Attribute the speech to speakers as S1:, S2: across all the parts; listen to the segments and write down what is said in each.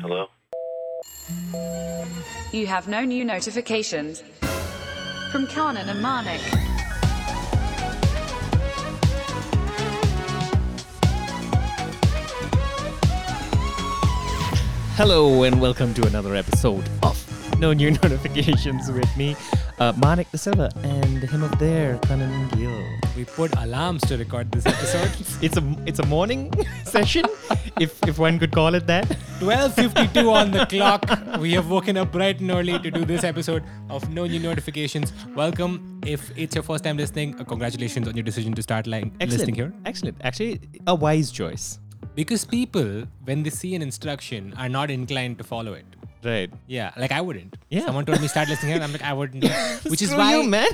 S1: Hello?
S2: You have no new notifications from Kanan and Marnik.
S3: Hello and welcome to another episode of No New Notifications with me, uh, Manik the Silva, and him up there, Kanan Gill.
S4: We put alarms to record this episode.
S3: It's a it's a morning session, if if one could call it that.
S4: 12:52 on the clock. We have woken up bright and early to do this episode of No New Notifications. Welcome. If it's your first time listening, uh, congratulations on your decision to start lying, listening here.
S3: excellent. Actually, a wise choice.
S4: Because people, when they see an instruction, are not inclined to follow it.
S3: Right.
S4: Yeah, like I wouldn't.
S3: Yeah.
S4: Someone told me start listening here, I'm like I wouldn't. Which is
S3: Screw
S4: why
S3: you, man.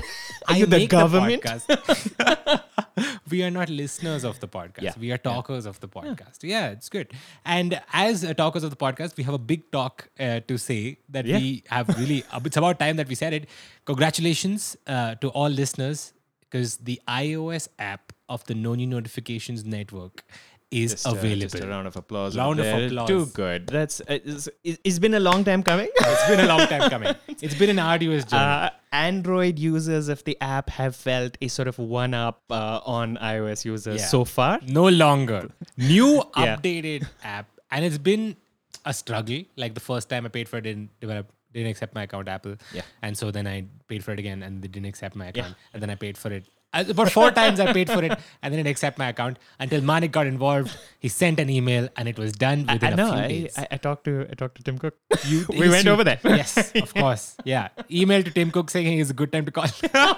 S3: Are
S4: I
S3: you the
S4: make
S3: government?
S4: podcast. we are not listeners of the podcast.
S3: Yeah.
S4: We are talkers of the podcast. Yeah. it's good. And as uh, talkers of the podcast, we have a big talk uh, to say that
S3: Yeah.
S4: we have really, uh, it's about time that we said it. Congratulations uh, to all listeners because the iOS app of the No New Notifications Network is
S3: Just, uh,
S4: available.
S3: just a round of applause.
S4: Round of
S3: over there.
S4: applause.
S3: Too good. That's uh, it's, it's been a long time coming.
S4: it's been a long time coming. It's been an arduous journey.
S3: Uh, Android users of the app have felt a sort of one up uh, on iOS users
S4: Yeah.
S3: so far.
S4: no longer new
S3: Yeah.
S4: updated app and it's been a struggle like the first time i paid for it didn't develop didn't accept my account apple
S3: Yeah.
S4: and so then i paid for it again and they didn't accept my account and then i paid for it Uh, about four times i paid for it and then it accept my account until manik got involved he sent an email and it was done
S3: I, I
S4: within a
S3: know.
S4: few
S3: I,
S4: days
S3: I, I talked to I talked to Tim Cook. we
S4: Yes,
S3: went
S4: you-
S3: over that.
S4: yes, of course. Yeah. Email to Tim Cook saying it's a good time to call.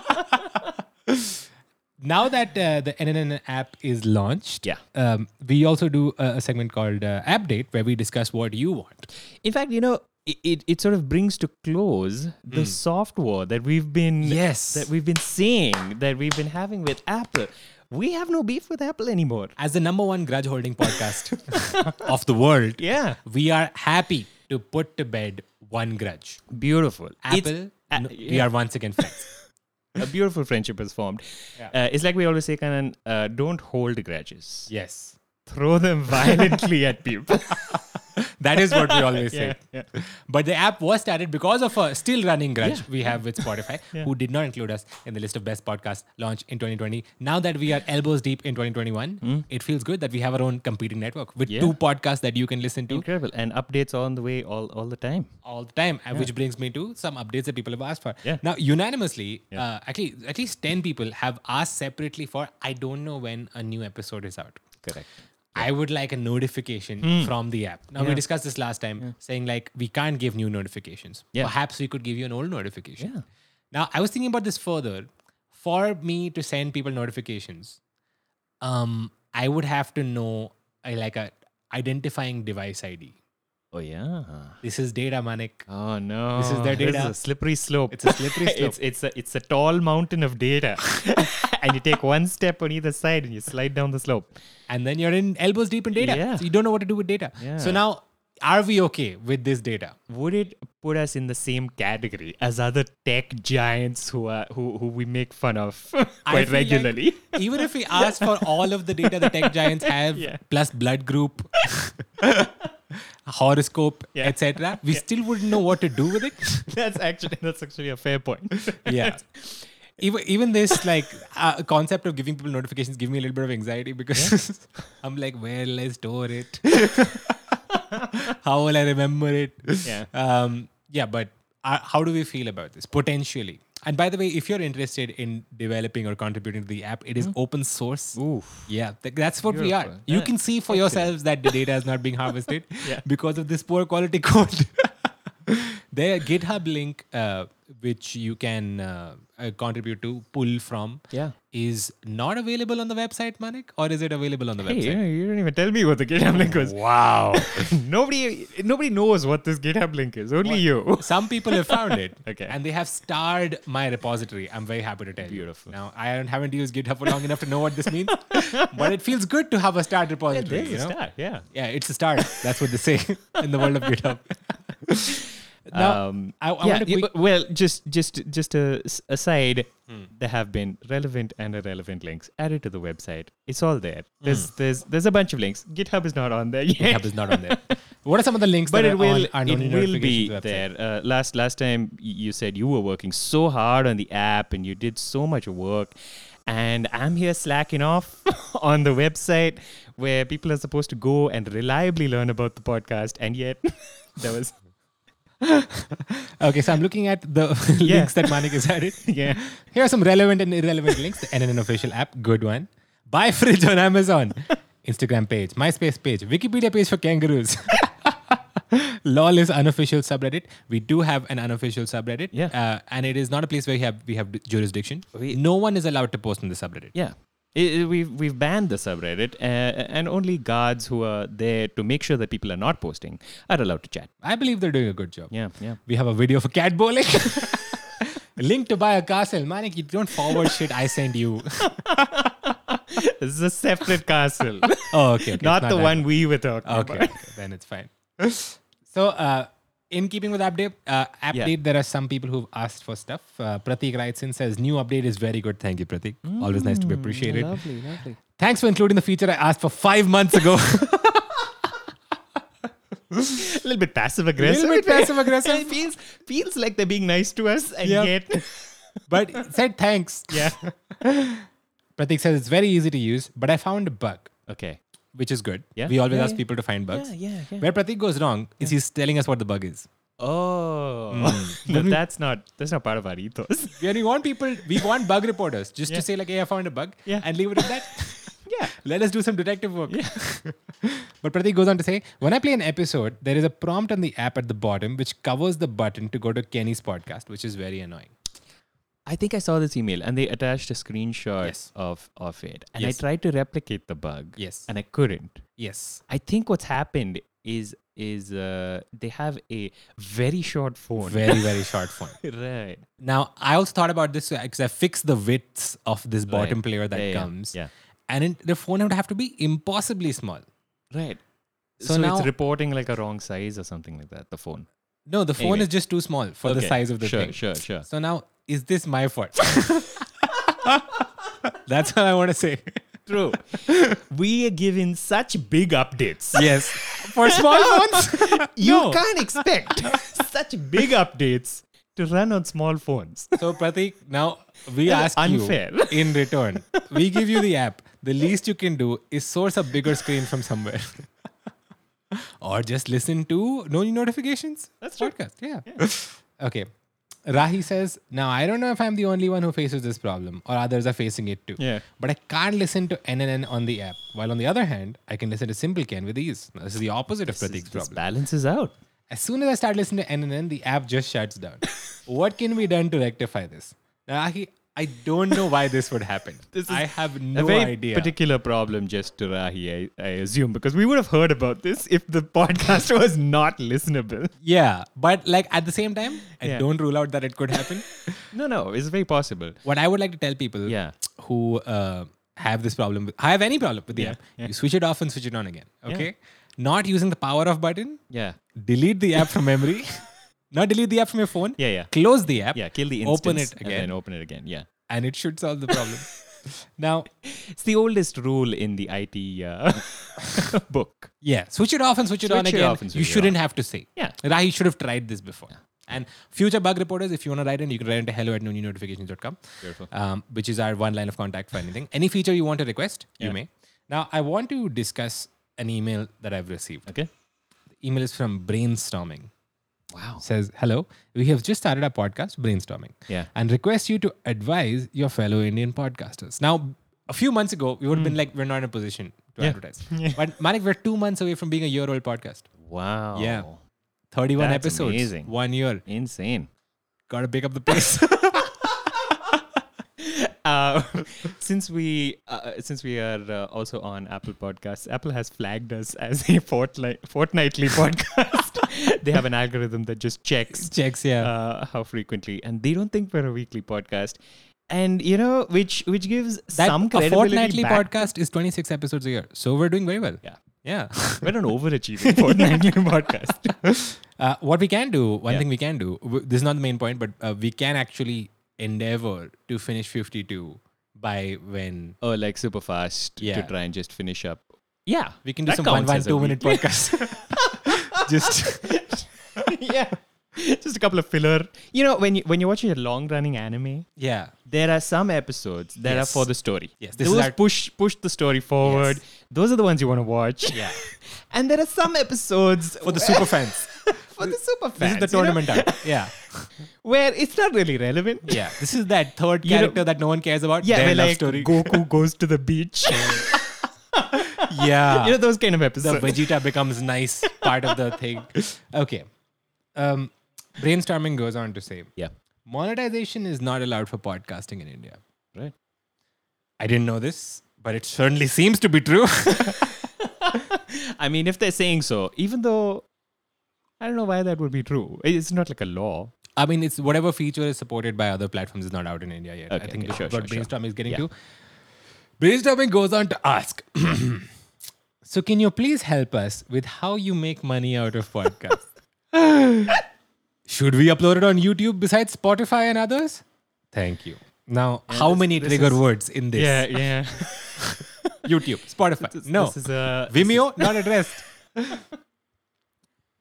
S4: now that uh, the NNN app is launched,
S3: Yeah.
S4: um, we also do a, a segment called uh, App Date where we discuss what you want.
S3: In fact, you know, it, it, it sort of brings to close the soft war that we've been
S4: Yes.
S3: that we've been seeing that we've been having with Apple. We have no beef with Apple anymore.
S4: As the number one grudge holding podcast of the world,
S3: Yeah,
S4: we are happy to put to bed one grudge.
S3: beautiful. It's-
S4: Apple,
S3: a-
S4: no- we
S3: yeah.
S4: are once again friends.
S3: a beautiful friendship is formed.
S4: Yeah.
S3: Uh, it's like we always say, Kanan, uh, don't hold grudges.
S4: yes.
S3: Throw them violently at people.
S4: That is what we always
S3: Yeah,
S4: say. But the app was started because of a still running grudge we have with Spotify, who did not include us in the list of best podcasts launched in 2020. Now that we are elbows deep in 2021, it feels good that we have our own competing network with
S3: Hmm. Yeah.
S4: two podcasts that you can listen to
S3: Incredible. And updates on the way all, all the time.
S4: all the time, and which brings me to some updates that people have asked for.
S3: Yeah.
S4: Now, unanimously, uh, at, least, at least 10 people have asked separately for I don't know when a new episode is out.
S3: Correct.
S4: I would like a notification
S3: Hmm.
S4: from the app. Now we discussed this last time, saying like we can't give new notifications.
S3: Yeah.
S4: Perhaps we could give you an old notification.
S3: Yeah.
S4: Now I was thinking about this further. For me to send people notifications, um, I would have to know uh, like a identifying device ID.
S3: Oh, yeah.
S4: This is data, Manik.
S3: Oh, no.
S4: This is their
S3: This
S4: data.
S3: is a slippery slope.
S4: It's a slippery slope.
S3: it's, it's, a, it's a tall mountain of data. and you take one step on either side and you slide down the slope.
S4: and then you're in elbows deep in data.
S3: Yeah.
S4: So you don't know what to do with data. So
S3: Yeah.
S4: now, are we okay with this data?
S3: Would it put us in the same category as other tech giants who are who, who we make fun of
S4: I
S3: quite
S4: feel like
S3: regularly?
S4: even if we ask for all of the data the tech giants have,
S3: Yeah.
S4: plus blood group, horoscope,
S3: Yeah.
S4: etc., we still wouldn't know what to do with it.
S3: that's actually that's actually a fair point.
S4: yeah. Even, even this like uh, concept of giving people notifications give me a little bit of anxiety because I'm like, where will I store it? how will I remember it?
S3: Yeah.
S4: Um, yeah, but uh, how do we feel about this potentially? And by the way, if you're interested in developing or contributing to the app, it is
S3: Mm-hmm.
S4: open source.
S3: Oof.
S4: Yeah, th- that's what we are.
S3: Beautiful.
S4: You
S3: Yeah.
S4: can see for yourselves that the data is not being harvested
S3: Yeah.
S4: because of this poor quality code. Their GitHub link, uh, which you can uh, uh, contribute to, pull from,
S3: Yeah.
S4: is not available on the website, Manik, or is it available on the
S3: Hey, you,
S4: website?
S3: know, you don't even tell me what the GitHub link was.
S4: Wow.
S3: nobody, nobody knows what this GitHub link is. Only you.
S4: Some people have found it.
S3: Okay.
S4: And they have starred my repository. I'm very happy to tell you.
S3: Beautiful.
S4: Now, I haven't- haven't used GitHub for long enough to know what this means, but it feels good to have a starred repository. you know?
S3: yeah.
S4: Yeah, it's a start. That's what they say in the world of GitHub. Now, I- I
S3: Um, yeah,
S4: wanna
S3: yeah,
S4: quick-
S3: but- well, just just just a s- aside,
S4: Hmm.
S3: there have been relevant and irrelevant links added to the website. It's all there. There's there's there's a bunch of links. GitHub is not on there yet.
S4: Hmm. GitHub is not on there. What are some of the links
S3: but
S4: that
S3: it
S4: are
S3: will
S4: on, on
S3: it will be
S4: notifications website?
S3: there. Uh, last last time y- you said you were working so hard on the app and you did so much work, and I'm here slacking off on the website where people are supposed to go and reliably learn about the podcast, and yet there was
S4: Okay, so I'm looking at the
S3: Yeah.
S4: links that Manik has added.
S3: yeah
S4: Here are some relevant and irrelevant links. The NNN official app, good one. Buy fridge on Amazon. Instagram page, MySpace page, Wikipedia page for kangaroos. Lawless unofficial subreddit. We do have an unofficial subreddit,
S3: Yeah.
S4: uh, and it is not a place where we have we have jurisdiction.
S3: We-
S4: no one is allowed to post on the subreddit.
S3: yeah. I- I- we've we've banned the subreddit, uh, and only guards who are there to make sure that people are not posting are allowed to chat.
S4: I believe they're doing a good job.
S3: Yeah, yeah.
S4: We have a video for cat bowling. Link to buy a castle. Manik, you don't forward shit I send you.
S3: This is a separate castle,
S4: Oh, okay. okay. It's
S3: not, the
S4: that
S3: one we were talking
S4: Okay,
S3: about.
S4: okay, then it's fine. So, uh, in keeping with update, uh, update,
S3: Yeah.
S4: there are some people who've asked for stuff. Uh, Pratik writes in says, "New update is very good. Thank you, Pratik. Always nice to
S3: Mm,
S4: be appreciated.
S3: Lovely, lovely.
S4: Thanks for including the feature I asked for five months ago.
S3: a little bit passive aggressive.
S4: Little bit passive-aggressive.
S3: It feels feels like they're being nice to us, and
S4: Yeah.
S3: yet,
S4: but said thanks."
S3: yeah.
S4: Pratik says it's very easy to use, but I found a bug,
S3: Okay.
S4: which is good.
S3: Yeah.
S4: We always
S3: Yeah,
S4: ask
S3: yeah.
S4: people to find bugs.
S3: Yeah, yeah, yeah.
S4: Where Pratik goes wrong is he's telling us what the bug is.
S3: Oh, but that's not that's not part of our ethos.
S4: Yeah, we want people, we want bug reporters just to say like, "Hey, I found a bug,"
S3: Yeah.
S4: and leave it at that.
S3: yeah.
S4: Let us do some detective work. but Pratik goes on to say, when I play an episode, there is a prompt on the app at the bottom which covers the button to go to Kenny's podcast, which is very annoying.
S3: I think I saw this email, and they attached a screenshot
S4: Yes.
S3: of of it, and
S4: Yes.
S3: I tried to replicate the bug.
S4: Yes.
S3: and I couldn't.
S4: Yes.
S3: I think what's happened is is uh, they have a very short phone.
S4: Very, very short font.
S3: right.
S4: Now, I also thought about this because I fixed the widths of this bottom
S3: Right.
S4: player that
S3: Yeah, yeah,
S4: comes.
S3: yeah.
S4: And it, the phone would have to be impossibly small.
S3: Right.
S4: So
S3: So,
S4: now-
S3: it's reporting like a wrong size or something like that. The phone.
S4: No, the phone
S3: Anyway.
S4: is just too small for the
S3: Okay,
S4: size of the
S3: sure,
S4: thing.
S3: Sure, sure,
S4: So now, is this my fault? That's what I want to say.
S3: True. we are given such big updates.
S4: Yes. For small phones?
S3: You
S4: No.
S3: can't expect such big updates to run on small phones.
S4: So Pratik, now we
S3: That is
S4: ask
S3: unfair.
S4: you in return. We give you the app. The least you can do is source a bigger screen from somewhere. or just listen to no new notifications.
S3: That's true.
S4: podcast. Yeah. okay. Rahi says, now I don't know if I'm the only one who faces this problem or others are facing it too.
S3: Yeah.
S4: But I can't listen to NNN on the app. While on the other hand, I can listen to SimpleCan with ease. Now, this is the opposite of Pratik's problem.
S3: balances out.
S4: As soon as I start listening to NNN, the app just shuts down. what can be done to rectify this? Now, Aki, I don't know why this would happen.
S3: This is
S4: I have
S3: a
S4: no
S3: very
S4: idea.
S3: particular problem just to Rahi, I, I assume, because we would have heard about this if the podcast was not listenable.
S4: yeah, but like at the same time, I
S3: Yeah.
S4: don't rule out that it could happen.
S3: No, no, it's very possible.
S4: what I would like to tell people
S3: Yeah.
S4: who uh, have this problem, with, have any problem with the app, you switch it off and switch it on again. Okay, not using the power off button.
S3: Yeah.
S4: Delete the app from memory. not delete the app from your phone.
S3: Yeah, yeah.
S4: Close the app.
S3: Yeah, kill the instance
S4: Open it
S3: and then
S4: again,
S3: open it again. Yeah.
S4: and it should solve the problem. now,
S3: It's the oldest rule in the IT uh, book.
S4: Yeah, switch it off and switch it
S3: Switch
S4: on
S3: it
S4: again.
S3: off and
S4: you
S3: switch it
S4: shouldn't have to say.
S3: Yeah.
S4: Rahi should have tried this before. And future bug reporters, if you want to write in, you can write into hello at notifications.com,
S3: Beautiful.
S4: um, which is our one line of contact for anything. Any feature you want to request, you may. Now, I want to discuss an email that I've received.
S3: Okay.
S4: The email is from Brainstorming.
S3: Wow.
S4: Says, hello, we have just started our podcast, Brainstorming,
S3: Yeah.
S4: and request you to advise your fellow Indian podcasters. Now, a few months ago, we would have been
S3: Hmm.
S4: like, we're not in a position to advertise. But Manik, we're two months away from being a year old podcast.
S3: Wow.
S4: Yeah. 31
S3: That's
S4: episodes.
S3: amazing.
S4: One year.
S3: Insane.
S4: Gotta pick up the pace.
S3: Uh, since we uh, since we are uh, also on Apple Podcasts, Apple has flagged us as a fortnight, fortnightly podcast. they have an algorithm that just checks
S4: Checks, yeah.
S3: uh, how frequently, and they don't think we're a weekly podcast. And you know, which which gives
S4: that,
S3: some
S4: a
S3: credibility
S4: fortnightly
S3: back.
S4: podcast is 26 episodes a year. So we're doing very well.
S3: Yeah,
S4: Yeah.
S3: we're an overachieving fortnightly podcast.
S4: Uh, what we can do, one
S3: Yeah.
S4: thing we can do, w- this is not the main point, but uh, we can actually endeavor to finish 52 by when
S3: or Oh, like super fast
S4: Yeah.
S3: to try and just finish up. Yeah,
S4: we can do
S3: that
S4: some one,
S3: counts
S4: one,
S3: as a
S4: two
S3: week.
S4: minute podcast. Just
S3: yeah, just a couple of filler. You know, when you when you're watching a long running anime,
S4: yeah,
S3: there are some episodes that are
S4: Yes.
S3: for the story.
S4: Yes, this is
S3: those
S4: our-
S3: push push the story forward. Those are the ones you want to watch.
S4: yeah,
S3: and there are some episodes
S4: for the super fans.
S3: for the super
S4: This is
S3: fans, you
S4: the
S3: know,
S4: tournament arc. Yeah,
S3: where it's not really relevant.
S4: yeah. This is that third
S3: You know-
S4: character that no one cares about.
S3: Yeah,
S4: their
S3: where
S4: love
S3: like
S4: story.
S3: Goku goes to the beach.
S4: yeah,
S3: you know those kind of
S4: the
S3: episodes.
S4: Vegeta becomes nice part of the thing. Okay. Um, brainstorming goes on to say
S3: yeah,
S4: monetization is not allowed for podcasting in India.
S3: right.
S4: I didn't know this, but it certainly seems to be true.
S3: I mean, if they're saying so, even though I don't know why that would be true. It's not like a law.
S4: I mean, it's whatever feature is supported by other platforms is not out in India yet. I
S3: Okay,
S4: think
S3: okay,
S4: this is
S3: sure, sure,
S4: what
S3: sure.
S4: brainstorming is getting
S3: Yeah.
S4: to. Brainstorming goes on to ask. so, can you please help us with how you make money out of podcasts? Should we upload it on YouTube besides Spotify and others? Thank you. Now, how many trigger words in this?
S3: yeah.
S4: YouTube, Spotify. no.
S3: This is a
S4: Vimeo, not addressed.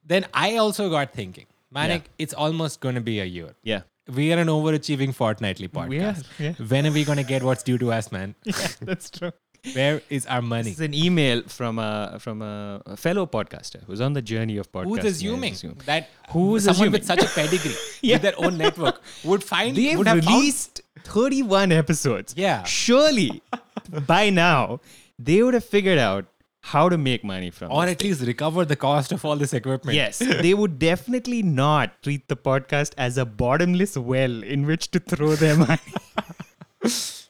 S4: then I also got thinking, Manik, it's almost going to be a year.
S3: yeah.
S4: We are an overachieving fortnightly podcast.
S3: We are, yeah.
S4: When are we going to get what's due to us, man?
S3: That's true.
S4: Where is our money?
S3: It's an email from a from a a fellow podcaster who's on the journey of podcasting.
S4: Who's
S3: I
S4: assuming
S3: assume.
S4: that
S3: Who's
S4: someone
S3: assuming?
S4: with such a pedigree, with their own network, would find
S3: They've
S4: would have
S3: released 31 episodes.
S4: Yeah.
S3: Surely by now they would have figured out how to make money from
S4: found, or
S3: it.
S4: at least recover the cost of all this equipment?
S3: Yes, they would definitely not treat the podcast as a bottomless well in which to throw their money.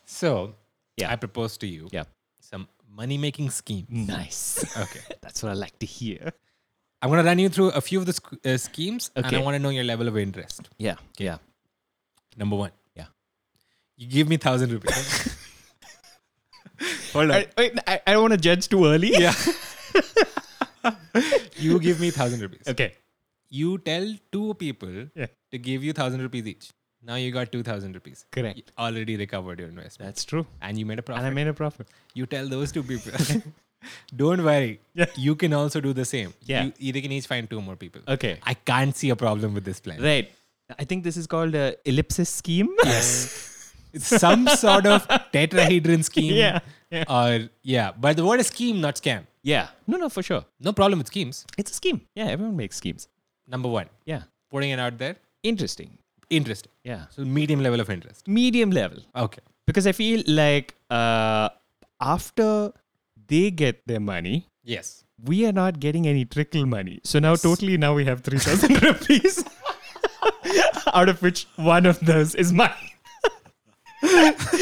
S4: So,
S3: Yeah.
S4: I propose to you
S3: yeah.
S4: some money-making scheme.
S3: Nice.
S4: Okay.
S3: That's what I like to hear.
S4: I'm going to run you through a few of the sc- uh, schemes, and I
S3: Okay.
S4: want to know your level of interest.
S3: Yeah. Yeah.
S4: Number one.
S3: Yeah.
S4: You give me thousand rupees. Hold on.
S3: I, wait, I, I don't want to judge too early.
S4: yeah. you give me thousand rupees.
S3: Okay.
S4: You tell two people
S3: Yeah.
S4: to give you thousand rupees each. Now you got two thousand rupees.
S3: Correct.
S4: You already recovered your investment.
S3: That's true.
S4: and you made a profit.
S3: And I made a profit.
S4: you tell those two people. Don't worry.
S3: Yeah.
S4: You can also do the same.
S3: Yeah.
S4: You, you can each find two more people.
S3: Okay.
S4: I can't see a problem with this plan.
S3: Right. I think this is called a ellipsis scheme.
S4: Yes. it's some sort of tetrahedron scheme.
S3: Yeah, yeah.
S4: Or Uh, yeah. But the word is scheme, not scam.
S3: yeah. No, no, for sure.
S4: No problem with schemes.
S3: It's a scheme. Yeah, everyone makes schemes.
S4: Number one,
S3: Yeah.
S4: putting it out there.
S3: Interesting.
S4: Interesting.
S3: Yeah.
S4: So medium level of interest.
S3: Medium level.
S4: Okay.
S3: Because I feel like uh, after they get their money,
S4: Yes.
S3: we are not getting any trickle money. So now totally now we have 3,000 rupees. Out of which one of those is mine.
S4: So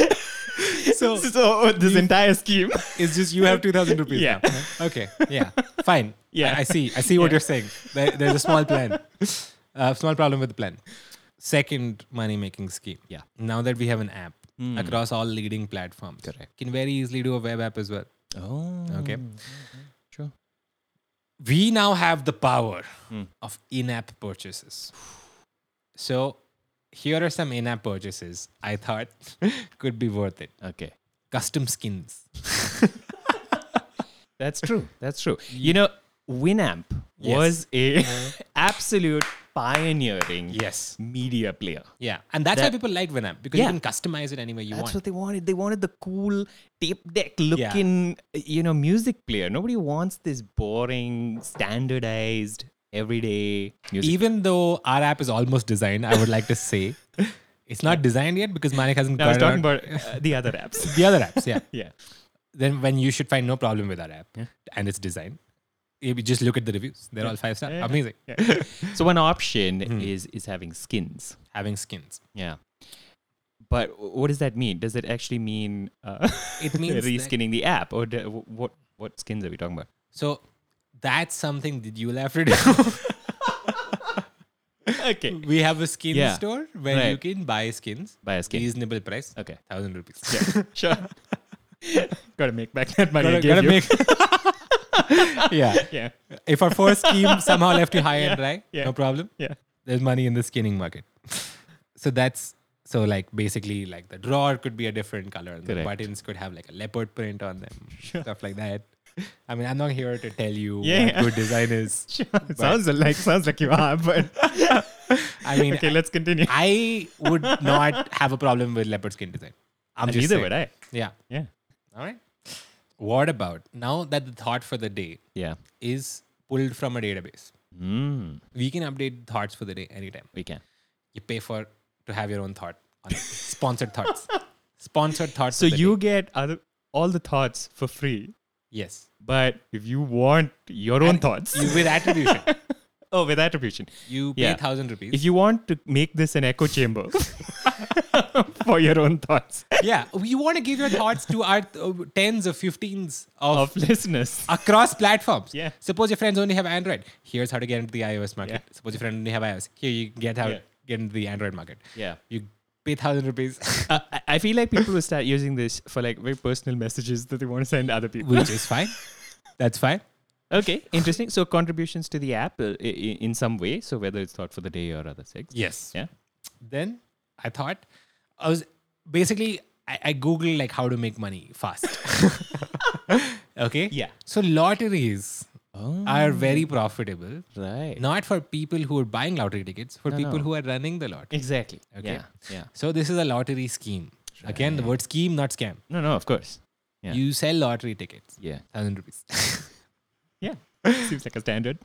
S3: So this entire scheme.
S4: it's just you have two thousand rupees.
S3: Yeah.
S4: now. Okay. Yeah. Fine.
S3: Yeah.
S4: I, I see. I see what you're saying. There, there's a small plan. Uh, small problem with the plan. Second money making scheme.
S3: Yeah.
S4: Now that we have an app across all leading platforms,
S3: Correct.
S4: Can very easily do a web app as well.
S3: Oh.
S4: Okay.
S3: Sure.
S4: we now have the power
S3: Hmm.
S4: of in-app purchases. So here are some in-app purchases I thought could be worth it.
S3: Okay.
S4: Custom skins.
S3: That's true. That's true. You know, Winamp
S4: Yes.
S3: was a absolute pioneering
S4: Yes.
S3: media player.
S4: Yeah. And that's why
S3: That-
S4: people like Winamp because
S3: Yeah.
S4: you can customize it any way you
S3: That's
S4: want.
S3: what they wanted. They wanted the cool tape deck looking, you know, music player. Nobody wants this boring, standardized, everyday music.
S4: Even though our app is almost designed, I would like to say it's not designed yet because Manik hasn't
S3: I was
S4: got
S3: talking
S4: around
S3: about uh, the other apps.
S4: the other apps. Yeah.
S3: Yeah.
S4: then when you should find no problem with our app and its design, you just look at the reviews. They're all five star.
S3: Yeah.
S4: Amazing.
S3: So one option is is having skins.
S4: Having skins.
S3: Yeah. But w- what does that mean? Does it actually mean uh,
S4: It means that-
S3: reskinning the app, or do, wh- what? What skins are we talking about?
S4: So that's something that you'll have to do.
S3: Okay.
S4: we have a skin
S3: Yeah.
S4: store where you
S3: Right.
S4: can buy skins.
S3: Buy a skin.
S4: Reasonable price.
S3: Okay.
S4: Thousand rupees.
S3: Yeah, sure. Gotta make back that money. I
S4: Gotta-
S3: gave
S4: gotta
S3: you.
S4: make- yeah.
S3: yeah.
S4: If our first scheme somehow left you high and dry,
S3: yeah.
S4: no problem.
S3: Yeah.
S4: There's money in the skinning market. so that's so like basically like the drawer could be a different color and the
S3: Correct.
S4: buttons could have like a leopard print on them. Stuff like that. I mean, I'm not here to tell you
S3: Yeah,
S4: what
S3: yeah.
S4: good design is.
S3: It sounds like sounds like you are, but
S4: I mean,
S3: okay, let's continue.
S4: I would not have a problem with leopard skin design. I'm just
S3: Neither
S4: saying.
S3: would I.
S4: Yeah.
S3: Yeah.
S4: All right. What about now that the thought for the day
S3: Yeah.
S4: is pulled from a database?
S3: Mm,
S4: We can update thoughts for the day anytime.
S3: we can.
S4: You pay for to have your own thought on it. sponsored thoughts. Sponsored thoughts.
S3: So
S4: of the
S3: you
S4: day.
S3: get other all the thoughts for free,
S4: yes,
S3: but if you want your own
S4: And
S3: thoughts,
S4: you, with attribution,
S3: oh, with attribution,
S4: you pay
S3: Yeah.
S4: thousand rupees.
S3: if you want to make this an echo chamber for your own thoughts
S4: yeah, we want to give your thoughts to our uh, tens or fifteens of
S3: of listeners,
S4: across platforms.
S3: Yeah.
S4: Suppose your friends only have Android. Here's how to get into the iOS market. Suppose your friend only have iOS. Here you get how
S3: Yeah.
S4: get into the Android market.
S3: Yeah.
S4: You pay thousand rupees,
S3: Uh, I- I feel like people will start using this for like very personal messages that they want to send other people.
S4: which is fine. That's fine.
S3: Okay, interesting. So contributions to the app uh, i- i- in some way. So whether it's thought for the day or other things.
S4: Yes.
S3: Yeah.
S4: Then I thought I was basically I, I Googled like how to make money fast. okay.
S3: Yeah. Oh.
S4: So lotteries are very profitable.
S3: Right.
S4: Not for people who are buying lottery tickets, for people
S3: no.
S4: who are running the lottery.
S3: Exactly.
S4: Okay.
S3: Yeah. Yeah.
S4: So this is a lottery scheme. Again, the word scheme, not scam.
S3: No, no, of course. Yeah.
S4: You sell lottery tickets.
S3: yeah.
S4: Thousand rupees.
S3: Yeah. Seems like a standard.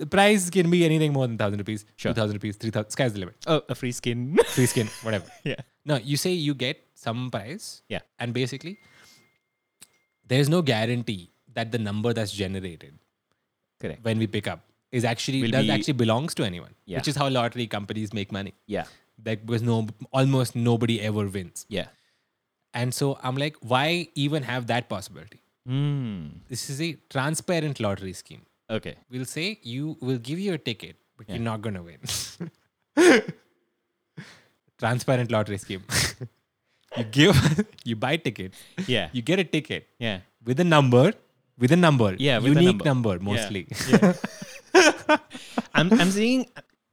S4: the price can be anything more than thousand rupees,
S3: Sure.
S4: two thousand rupees, three thousand. Sky's the limit.
S3: Oh, a free skin.
S4: Free skin, whatever.
S3: yeah.
S4: No, you say you get some price,
S3: Yeah.
S4: and basically, there is no guarantee that the number that's generated
S3: Correct.
S4: when we pick up is actually
S3: Will
S4: does
S3: be-
S4: actually belongs to anyone,
S3: Yeah.
S4: which is how lottery companies make money.
S3: Yeah.
S4: Like because no, almost nobody ever wins,
S3: Yeah.
S4: and so I'm like, why even have that possibility?
S3: Hmm.
S4: This is a transparent lottery scheme.
S3: Okay.
S4: we'll say you will give you a ticket, but you're not gonna win. Transparent lottery scheme. you give, you buy tickets.
S3: Yeah.
S4: You get a ticket
S3: Yeah.
S4: with a number, with a number.
S3: Yeah, with a
S4: unique
S3: number.
S4: number,
S3: Yeah.
S4: mostly.
S3: I'm I'm seeing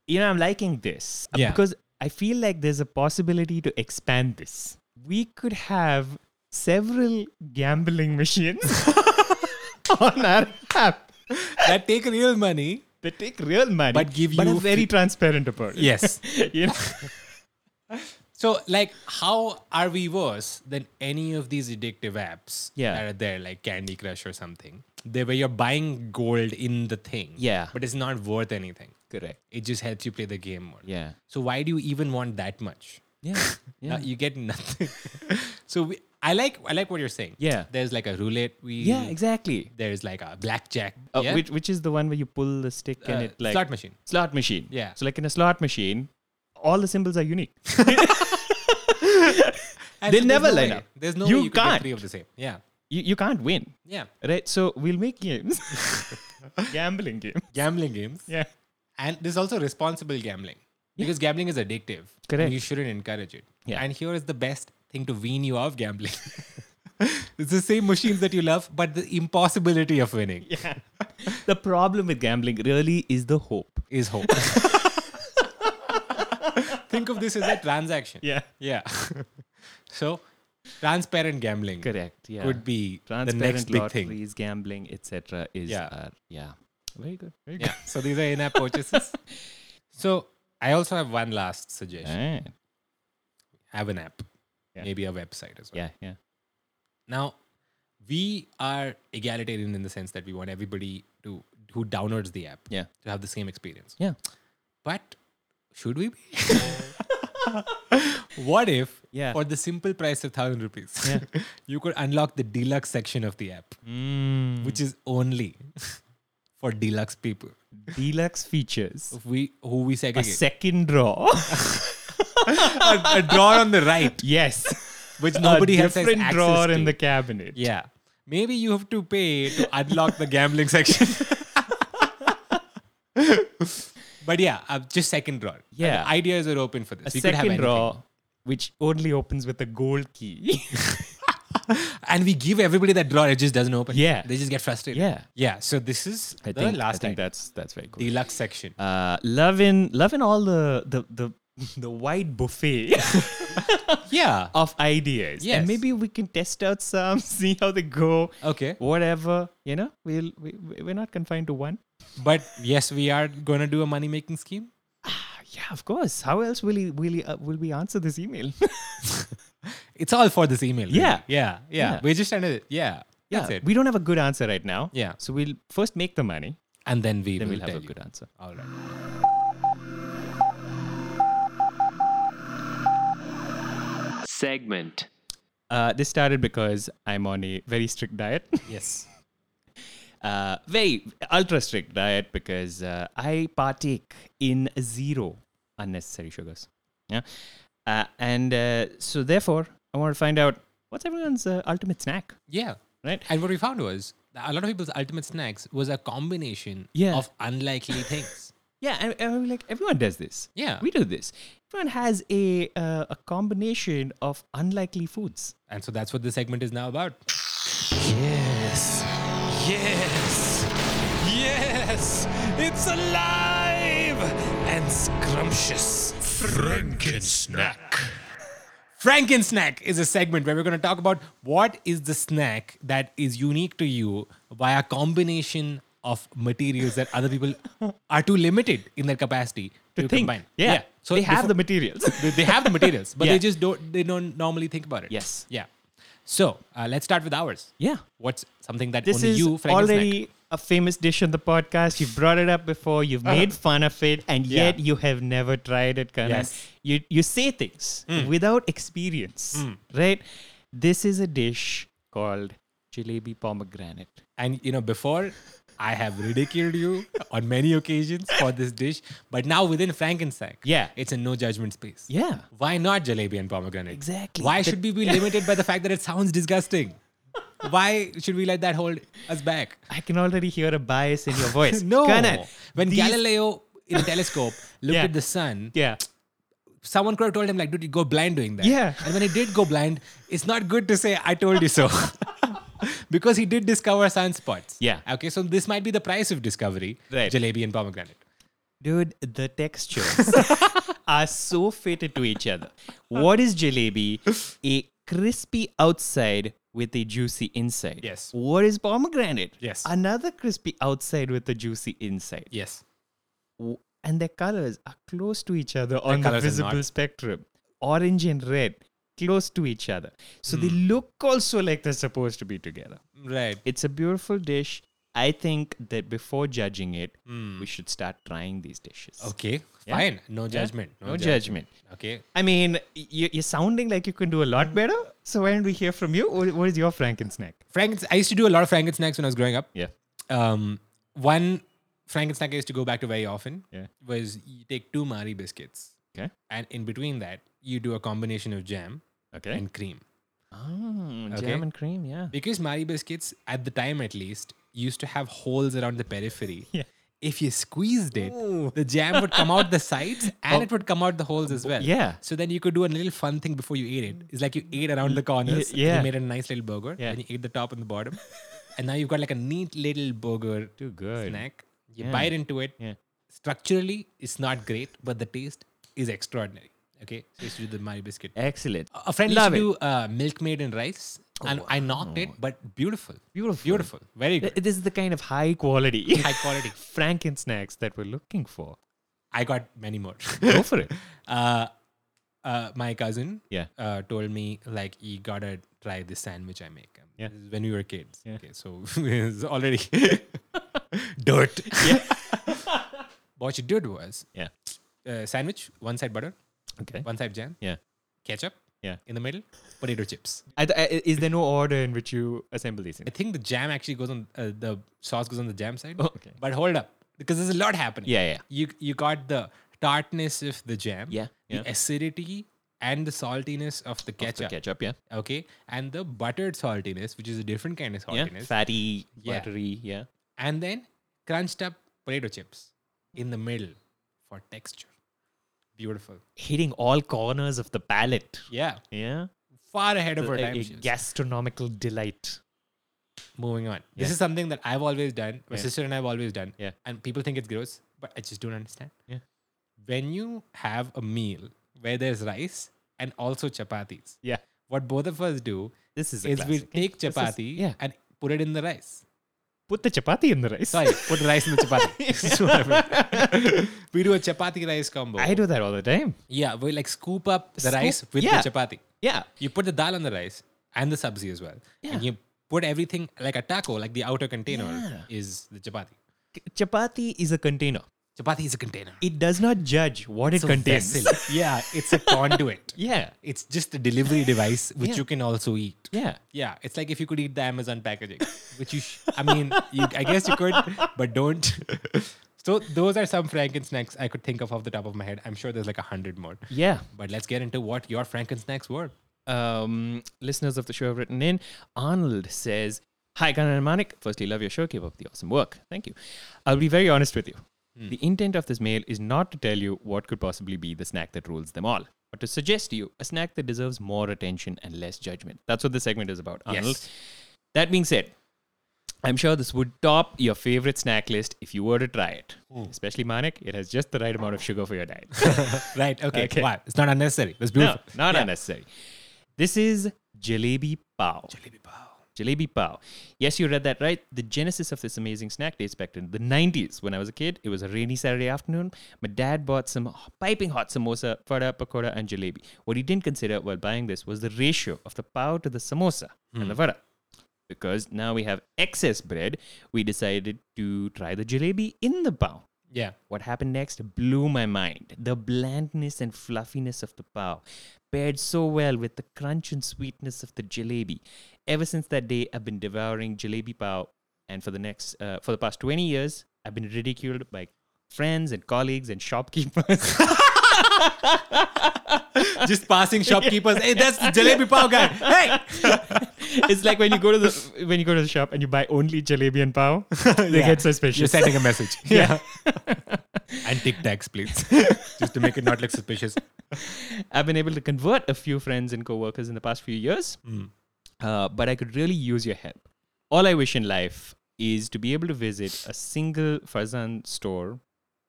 S3: you know, I'm liking this. uh,
S4: Yeah.
S3: Because I feel like there's a possibility to expand this. We could have several gambling machines on our app
S4: that take real money.
S3: They take real money,
S4: But give
S3: but
S4: you
S3: are very
S4: free-
S3: transparent about it.
S4: Yes.
S3: you know?
S4: So, like, how are we worse than any of these addictive apps
S3: Yeah.
S4: that are there, like Candy Crush or something? They where you're buying gold in the thing.
S3: Yeah.
S4: But it's not worth anything.
S3: Correct.
S4: It just helps you play the game more.
S3: Yeah.
S4: So why do you even want that much?
S3: Yeah.
S4: No, you get nothing. so we, I like I like what you're saying.
S3: Yeah.
S4: There's like a roulette wheel.
S3: Yeah, exactly.
S4: There's like a blackjack.
S3: Uh,
S4: yeah?
S3: which, which is the one where you pull the stick
S4: Uh,
S3: and it like
S4: slot machine.
S3: slot machine.
S4: Yeah.
S3: So like in a slot machine, all the symbols are unique.
S4: And
S3: They'll
S4: so there's
S3: never
S4: no
S3: line
S4: way-
S3: up.
S4: There's no
S3: You
S4: way you can get
S3: can't.
S4: three of the same. Yeah.
S3: You you can't win.
S4: Yeah.
S3: Right? So we'll make games. Gambling game.
S4: Gambling games.
S3: Yeah.
S4: And there's also responsible gambling. Because gambling is addictive.
S3: Correct.
S4: And you shouldn't encourage it.
S3: Yeah.
S4: And here is the best thing to wean you off gambling. it's the same machines that you love, but the impossibility of winning
S3: Yeah. the problem with gambling really is the hope.
S4: is hope. Think of this as a transaction.
S3: Yeah.
S4: Yeah. so, transparent gambling
S3: Correct. Yeah.
S4: could be the
S3: Transparent
S4: next big
S3: lotteries,
S4: thing.
S3: gambling, etc. is
S4: Yeah.
S3: uh, yeah. Very good. Very
S4: Yeah. So these are in-app purchases. so I also have one last
S3: good.
S4: suggestion.
S3: Right.
S4: Have an app,
S3: Yeah.
S4: maybe a website as well.
S3: Yeah, yeah.
S4: Now, we are egalitarian in the sense that we want everybody to who downloads the app
S3: Yeah.
S4: to have the same experience.
S3: Yeah.
S4: But should we be? what if,
S3: Yeah.
S4: for the simple price of thousand rupees, you could unlock the deluxe section of the app,
S3: Mm.
S4: which is only for deluxe people,
S3: Deluxe features.
S4: If we who we
S3: A
S4: segregate.
S3: second draw.
S4: a, a drawer on the right,
S3: yes.
S4: which nobody
S3: a
S4: has has
S3: different
S4: access
S3: drawer
S4: to.
S3: in the cabinet.
S4: yeah. Maybe you have to pay to unlock the gambling section. but yeah, uh, just second drawer.
S3: Yeah.
S4: The ideas are open for this.
S3: A
S4: We could have
S3: second
S4: anything.
S3: draw, which only opens with a gold key.
S4: and we give everybody that drawer, it just doesn't open.
S3: Yeah.
S4: They just get frustrated.
S3: Yeah.
S4: Yeah. So this is
S3: I
S4: the
S3: think
S4: last
S3: I think
S4: item.
S3: that's that's very cool.
S4: Deluxe section.
S3: Uh, loving loving all the the the the wide buffet
S4: yeah.
S3: of ideas.
S4: Yes.
S3: And maybe we can test out some, see how they go.
S4: Okay.
S3: Whatever. You know, we'll we, we- we're not confined to one.
S4: But yes, we are going to do a money making scheme.
S3: Yeah, of course. How else will he, will he, uh, will we answer this email?
S4: It's all for this email. really.
S3: Yeah.
S4: Yeah. Yeah.
S3: Yeah.
S4: We're just trying to, yeah. That's it.
S3: We don't have a good answer right now.
S4: Yeah.
S3: So we'll first make the money,
S4: and then we
S3: then
S4: will
S3: we'll have a
S4: tell you.
S3: good answer.
S4: All right.
S1: segment.
S3: Uh, this started because I'm on a very strict diet,
S4: Yes.
S3: uh, very ultra strict diet because uh, I partake in zero unnecessary sugars. Yeah. Uh, and uh, so therefore, I want to find out what's everyone's uh, ultimate snack,
S4: Yeah.
S3: right?
S4: And what we found was that a lot of people's ultimate snacks was a combination
S3: Yeah.
S4: of unlikely things.
S3: Yeah, and, and I'm like everyone does this.
S4: Yeah.
S3: we do this. Everyone has a uh, a combination of unlikely foods.
S4: And so that's what this segment is now about.
S3: Yes, yes, yes! It's alive and scrumptious.
S4: Franken snack is a segment where we're going to talk about what is the snack that is unique to you by a combination of materials that other people are too limited in their capacity to,
S3: Think.
S4: combine.
S3: Yeah.
S4: So
S3: they have the
S4: before-
S3: materials.
S4: they- they have the materials, but
S3: Yeah.
S4: they just don't they don't normally think about it.
S3: Yes.
S4: Yeah. So uh, let's start with ours.
S3: yeah,
S4: What's something that
S3: this
S4: only
S3: is
S4: you, Franken snack?
S3: already a famous dish on the podcast. You've brought it up before. You've made fun of it, and
S4: Uh-huh. Yeah.
S3: yet you have never tried it, Karan.
S4: Yes. Mm.
S3: You you say things without experience, right? This is a dish called jalebi pomegranate.
S4: And you know, before I have ridiculed you on many occasions for this dish, but now within Frankensack,
S3: Yeah.
S4: it's a no judgment space.
S3: Yeah.
S4: Why not jalebi and pomegranate?
S3: Exactly.
S4: Why
S3: The-
S4: should we be limited by the fact that it sounds disgusting? Why should we let that hold us back?
S3: I can already hear a bias in your voice.
S4: No.
S3: Karan,
S4: when
S3: these-
S4: Galileo in a telescope looked
S3: Yeah.
S4: at the sun,
S3: yeah,
S4: someone could have told him, like, dude, you go blind doing that.
S3: Yeah.
S4: And when he did go blind, it's not good to say, I told you so. because he did discover sunspots.
S3: Yeah.
S4: Okay, so this might be the price of discovery.
S3: Right.
S4: Jalebi and pomegranate.
S3: dude, the textures are so fitted to each other. What is jalebi? A crispy outside with a juicy inside.
S4: Yes.
S3: What is pomegranate?
S4: Yes.
S3: Another crispy outside with a juicy inside.
S4: Yes.
S3: W- And their colors are close to each other on the
S4: colours are
S3: visible
S4: not.
S3: spectrum. Orange and red, close to each other. So they
S4: Hmm.
S3: look also like they're supposed to be together.
S4: Right.
S3: It's a beautiful dish. I think that before judging it,
S4: Hmm.
S3: we should start trying these dishes.
S4: Okay.
S3: Yeah.
S4: Fine. No
S3: Yeah?
S4: judgment.
S3: No, judgment.
S4: Okay.
S3: I mean, y- you- you're sounding like you can do a lot better. So why don't we hear from you? What what is your Franken snack?
S4: Franken- I used to do a lot of Franken snacks when I was growing up.
S3: Yeah.
S4: Um, one Franken snack I used to go back to very often
S3: Yeah.
S4: was you take two Mari biscuits,
S3: Okay.
S4: and in between that, you do a combination of jam
S3: Okay.
S4: and cream.
S3: oh,
S4: Okay.
S3: jam and cream. Yeah.
S4: Because Mari biscuits, at the time at least, used to have holes around the periphery.
S3: Yeah.
S4: If you squeezed it, the jam would come out the sides and it would come out the holes as well.
S3: Oh. yeah.
S4: So then you could do a little fun thing before you ate it. It's like you ate around the corners. and
S3: yeah.
S4: You made a nice little burger.
S3: Yeah.
S4: And you ate the top and the bottom. and now you've got like a neat little burger
S3: Too good.
S4: snack. You
S3: Yeah.
S4: bite into it.
S3: Yeah.
S4: Structurally, it's not great, but the taste is extraordinary. Okay. So you should do the Mari biscuit.
S3: Excellent.
S4: A friend
S3: Love
S4: used to do uh, milkmaid and rice, and I knocked it, but beautiful,
S3: Oh, Beautiful.
S4: beautiful, very
S3: Th-
S4: good,
S3: This is the kind of high quality
S4: high quality.
S3: Franken snacks that we're looking for.
S4: I got many more.
S3: Go for it.
S4: uh, uh, my cousin,
S3: Yeah.
S4: uh, told me like you gotta try this sandwich I make. Um,
S3: Yeah.
S4: this is when we were kids.
S3: Yeah.
S4: Okay, so it's already dirt. Yeah. what you did was
S3: Yeah.
S4: uh, sandwich, one side butter,
S3: Okay.
S4: one side jam,
S3: Yeah.
S4: ketchup,
S3: Yeah.
S4: in the middle, potato chips.
S3: I th- I- is there no order in which you assemble these?
S4: I
S3: In?
S4: think the jam actually goes on uh, the sauce goes on the jam side.
S3: Oh, okay.
S4: But hold up, because there's a lot happening.
S3: Yeah, yeah.
S4: You you got the tartness of the jam.
S3: Yeah,
S4: The
S3: yeah.
S4: acidity and the saltiness of the ketchup.
S3: Ketchup. Yeah.
S4: Okay. And the buttered saltiness, which is a different kind of
S3: Yeah.
S4: saltiness.
S3: Fatty,
S4: Yeah.
S3: buttery. Yeah.
S4: And then crunched up potato chips in the middle for texture. Beautiful.
S3: Hitting all corners of the palate.
S4: Yeah.
S3: Yeah.
S4: far ahead of her
S3: a,
S4: time.
S3: a
S4: She was-
S3: gastronomical delight.
S4: moving on. This
S3: Yeah.
S4: is something that I've always done. My
S3: Yeah.
S4: sister and I've always done.
S3: Yeah.
S4: And people think it's gross, but I just don't understand.
S3: Yeah.
S4: When you have a meal where there's rice and also chapatis,
S3: Yeah.
S4: what both of us do
S3: This is a
S4: is we
S3: classic.
S4: take
S3: This is-
S4: chapati
S3: yeah.
S4: and put it in the rice.
S3: Put the chapati in the rice.
S4: Sorry, put rice in the chapati. So what I mean. we do a chapati rice combo.
S3: I do that all the time.
S4: yeah, we like scoop up the
S3: Scoop-
S4: rice with
S3: yeah.
S4: the chapati.
S3: Yeah.
S4: You put the dal on the rice and the sabzi as well.
S3: Yeah.
S4: And you put everything like a taco, like the outer container
S3: Yeah.
S4: is the chapati.
S3: Chapati is a container.
S4: Chapati is a container.
S3: It does not judge what it
S4: a
S3: contains.
S4: vessel. yeah, it's a conduit.
S3: yeah.
S4: It's just a delivery device which
S3: Yeah.
S4: you can also eat.
S3: Yeah.
S4: Yeah, it's like if you could eat the Amazon packaging, which you, sh- I mean, you, I guess you could, but don't. so those are some Franken snacks I could think of off the top of my head. I'm sure there's like a hundred more.
S3: Yeah.
S4: But let's get into what your Franken snacks were.
S3: um, listeners of the show have written in. Arnold says, Hi, Kanan and Manik. Firstly, love your show. Keep up the awesome work. Thank you. I'll be very honest with you. The intent of this mail is not to tell you what could possibly be the snack that rules them all, but to suggest to you a snack that deserves more attention and less judgment. That's what this segment is about, Arnold.
S4: Yes.
S3: That being said, I'm sure this would top your favorite snack list if you were to try it. Especially Manik, it has just the right amount of sugar for your diet.
S4: right. Okay.
S3: Okay.
S4: Wow. It's not unnecessary. It's
S3: no,
S4: beautiful.
S3: not
S4: Yeah.
S3: unnecessary. This is jalebi pao. Jalebi Pao. Yes, you read that right. The genesis of this amazing snack dates back to the 90s. When I was a kid, it was a rainy Saturday afternoon. My dad bought some piping hot samosa, vada, pakoda, and jalebi. What he didn't consider while buying this was the ratio of the pao to the samosa and the vada. Because now we have excess bread, we decided to try the jalebi in the pao.
S4: Yeah.
S3: What happened next blew my mind. The blandness and fluffiness of the pav paired so well with the crunch and sweetness of the jalebi. Ever since that day, I've been devouring jalebi pav, and for the next uh, for the past twenty years, I've been ridiculed by friends and colleagues and shopkeepers.
S4: Just passing shopkeepers. Hey, that's the jalebi pav guy. Hey.
S3: it's like when you go to the when you go to the shop and you buy only jalebi and pav, they get
S4: Yeah. You're
S3: suspicious.
S4: sending a message. Yeah. and Tic Tacs, please. Just to make it not look suspicious.
S3: I've been able to convert a few friends and coworkers in the past few years, uh, but I could really use your help. All I wish in life is to be able to visit a single Farzan store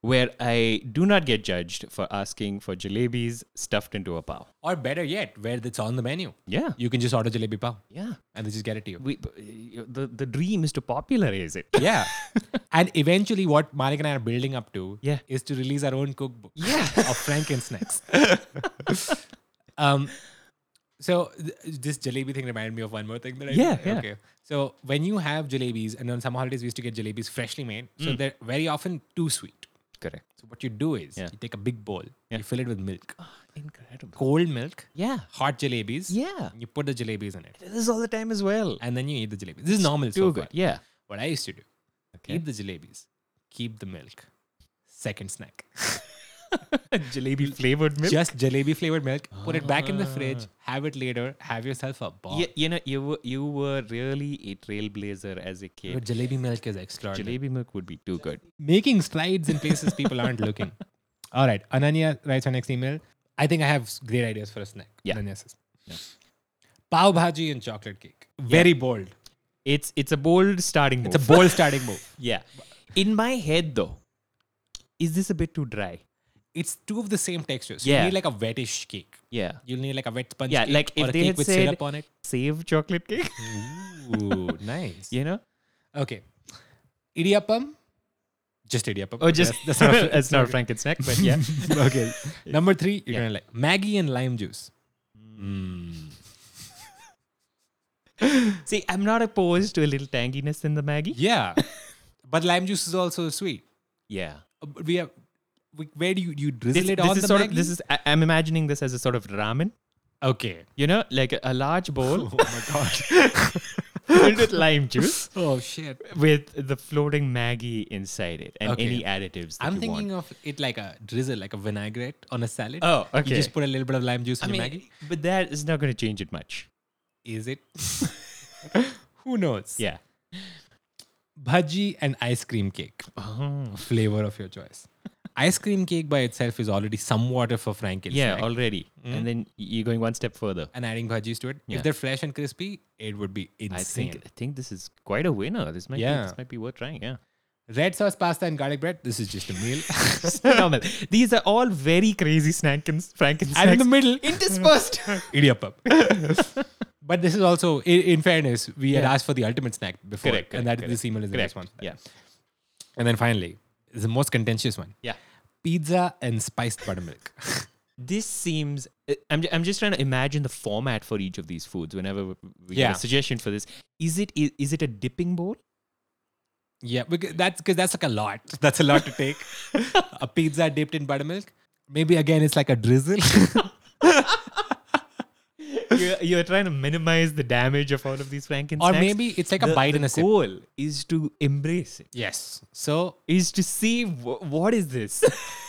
S3: where I do not get judged for asking for jalebis stuffed into a pav.
S4: Or better yet, where it's on the menu.
S3: Yeah.
S4: You can just order jalebi pav
S3: Yeah.
S4: and they just get it to you.
S3: We, the, the dream is to popularize it.
S4: Yeah. and eventually, what Malik and I are building up to
S3: Yeah.
S4: is to release our own cookbook
S3: Yeah.
S4: of Franken snacks. um, so th- this jalebi thing reminded me of one more thing that I
S3: Yeah, yeah.
S4: Okay. So when you have jalebis, and on some holidays we used to get jalebis freshly made, so
S3: Hmm.
S4: they're very often too sweet.
S3: Correct.
S4: So what you do is
S3: Yeah.
S4: you take a big bowl,
S3: Yeah.
S4: you fill it with milk,
S3: Ah, Incredible.
S4: cold milk,
S3: Yeah.
S4: hot jalebis.
S3: Yeah.
S4: You put the jalebis in it,
S3: This is all the time as well.
S4: and then you eat the jalebis. This is normal.
S3: Too
S4: so
S3: good.
S4: far.
S3: Yeah.
S4: What I used to do:
S3: Okay.
S4: eat the jalebis, keep the milk. Second snack.
S3: Jalebi flavored milk. Ah.
S4: Just jalebi flavored milk. Put it back in the fridge. Have it later. Have yourself a bomb.
S3: You, you know, you were, you were really a trailblazer as a kid.
S4: But jalebi milk is extraordinary.
S3: Jalebi milk would be too good.
S4: Making strides in places people aren't looking. All right. Ananya writes her next email. I think I have s- great ideas for a snack.
S3: Yeah.
S4: Ananya says. Pav bhaji and chocolate cake. Very bold.
S3: It's it's a bold starting move.
S4: It's a bold starting move.
S3: yeah. In my head though, is this a bit too dry?
S4: It's two of the same texture. So you
S3: Yeah.
S4: need like a wettish cake.
S3: Yeah.
S4: You'll need like a wet sponge
S3: Yeah,
S4: cake
S3: like
S4: or
S3: if
S4: a
S3: they
S4: cake
S3: had
S4: with
S3: said-
S4: syrup on it.
S3: Save chocolate cake.
S4: Ooh, nice.
S3: you know?
S4: Okay. Idiyappam. Just idiyappam.
S3: Or Oh, just
S4: That's- that's not a-
S3: it's not a Franken snack, but yeah.
S4: okay. Number three, you're
S3: Yeah.
S4: gonna like Maggie and lime juice.
S3: See, I'm not opposed to a little tanginess in the Maggie.
S4: Yeah, but lime juice is also sweet.
S3: Yeah.
S4: Uh, but We have. We, where do you you drizzle
S3: This,
S4: it
S3: this
S4: on
S3: is
S4: the
S3: sort
S4: Maggie?
S3: of this is I, I'm imagining this as a sort of ramen.
S4: okay.
S3: You know, like a, a large bowl
S4: Oh my god.
S3: filled with lime juice
S4: oh shit.
S3: with the floating Maggie inside it and
S4: Okay.
S3: any additives that
S4: I'm
S3: you want.
S4: thinking of it like a drizzle, like a vinaigrette on a salad.
S3: Oh,
S4: You
S3: okay.
S4: just put a little bit of lime juice
S3: I
S4: in
S3: mean,
S4: your Maggie.
S3: but that is not going to change it much.
S4: Is it? Who knows?
S3: Yeah. Oh.
S4: Bhaji and ice cream cake. Flavor of your choice. Ice cream cake by itself is already somewhat of a Franken
S3: Yeah,
S4: snack. Mm-hmm.
S3: already. And then you're going one step further.
S4: and adding bhajis to it.
S3: Yeah.
S4: If they're fresh and crispy, it would be insane.
S3: I think I think this is quite a winner. This might be,
S4: Yeah.
S3: this might be worth trying. Yeah.
S4: Red sauce pasta and garlic bread. This is just a meal.
S3: Normal. These are all very crazy snackins, Franken
S4: and in the middle,
S3: interspersed.
S4: idiyappam. but this is also, in, in fairness, we had asked for the ultimate snack before,
S3: correct, correct.
S4: and that
S3: correct,
S4: this email is the
S3: correct.
S4: next one.
S3: Yeah.
S4: And then finally, the most contentious one:
S3: Yeah.
S4: pizza and spiced buttermilk.
S3: This seems. I- I'm, ju- I'm just trying to imagine the format for each of these foods. Whenever we get
S4: Yeah.
S3: a suggestion for this, is it is, is it a dipping bowl?
S4: yeah, because that's because that's like a lot. That's a lot to take. a pizza dipped in buttermilk. Maybe again, it's like a drizzle.
S3: you're, you're trying to minimize the damage of all of these Franken
S4: Or
S3: snacks.
S4: maybe it's like a
S3: The-
S4: bite and
S3: the
S4: a sip.
S3: goal is to embrace it.
S4: yes. So
S3: Is to see wh- what is this.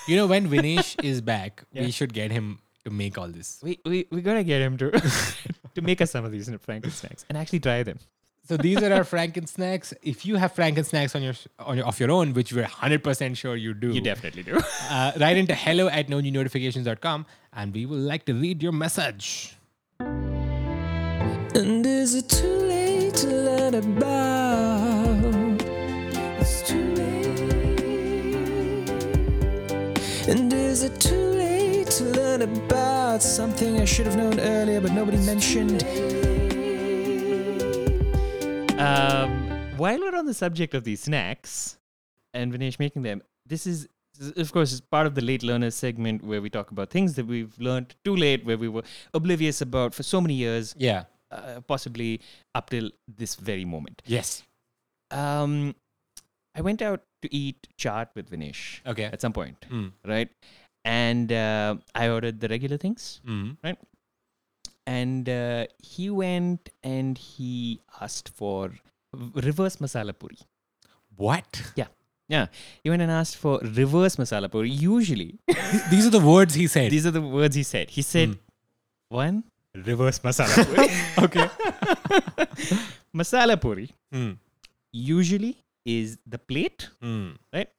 S4: You know, when Vinesh is back,
S3: Yeah.
S4: we should get him to make all this.
S3: we, we we gotta get him to to make us some of these Franken snacks and actually try them.
S4: So these are our Franken snacks. If you have Franken snacks on your on your, of your own, which we're hundred percent sure you do,
S3: You definitely do.
S4: uh, write into hello at nonewnotifications.com and we would like to read your message.
S1: And is it too late to let it bow? It's too late. And is it too late to learn about something I should have known earlier but nobody mentioned?
S3: Um, while we're on the subject of these snacks and Vinesh making them, this is, this is- of course, is part of the late learners segment where we talk about things that we've learned too late, where we were oblivious about for so many years,
S4: Yeah.
S3: uh, possibly up till this very moment.
S4: Yes.
S3: Um, I went out to eat chaat with Vinesh
S4: Okay.
S3: at some point,
S4: Mm.
S3: right? And uh, I ordered the regular things,
S4: Mm.
S3: right? And uh, he went and he asked for reverse masala puri.
S4: What?
S3: Yeah. Yeah. He went and asked for reverse masala puri. Usually,
S4: These are the words he said.
S3: these are the words he said. He said, one, reverse masala puri.
S4: okay.
S3: masala puri
S4: Mm.
S3: usually is the plate,
S4: Mm.
S3: right?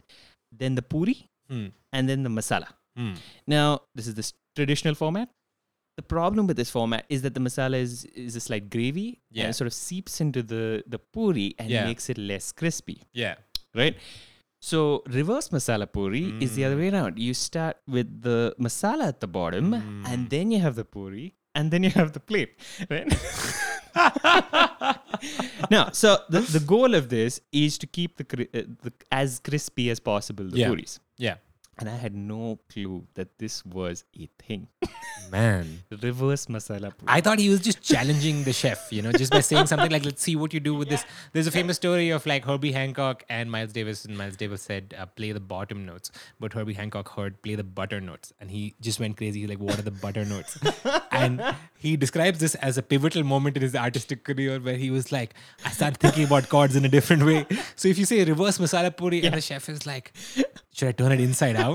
S3: Then the puri,
S4: Mm.
S3: and then the masala.
S4: Mm.
S3: Now, this is the s- traditional format. The problem with this format is that the masala is, is a slight gravy and
S4: Yeah.
S3: it sort of seeps into the, the puri and
S4: Yeah.
S3: makes it less crispy.
S4: Yeah.
S3: right? So reverse masala puri is the
S4: Mm.
S3: other way around. You start with the masala at the bottom,
S4: Mm.
S3: and then you have the puri, and then you have the plate, right? now, so the, the goal of this is to keep the, cri- uh, the as crispy as possible the
S4: Yeah.
S3: puris.
S4: Yeah.
S3: And I had no clue that this was a thing.
S4: Man.
S3: reverse masala puri.
S4: I thought he was just challenging the chef, you know, just by saying something like, let's see what you do with this. There's a famous story of like Herbie Hancock and Miles Davis, and Miles Davis said, uh, play the bottom notes. But Herbie Hancock heard, play the butter notes. And he just went crazy. He's like, what are the butter notes? and he describes this as a pivotal moment in his artistic career where he was like, I started thinking about chords in a different way. So if you say reverse masala puri, and the chef is like, should I turn it inside out?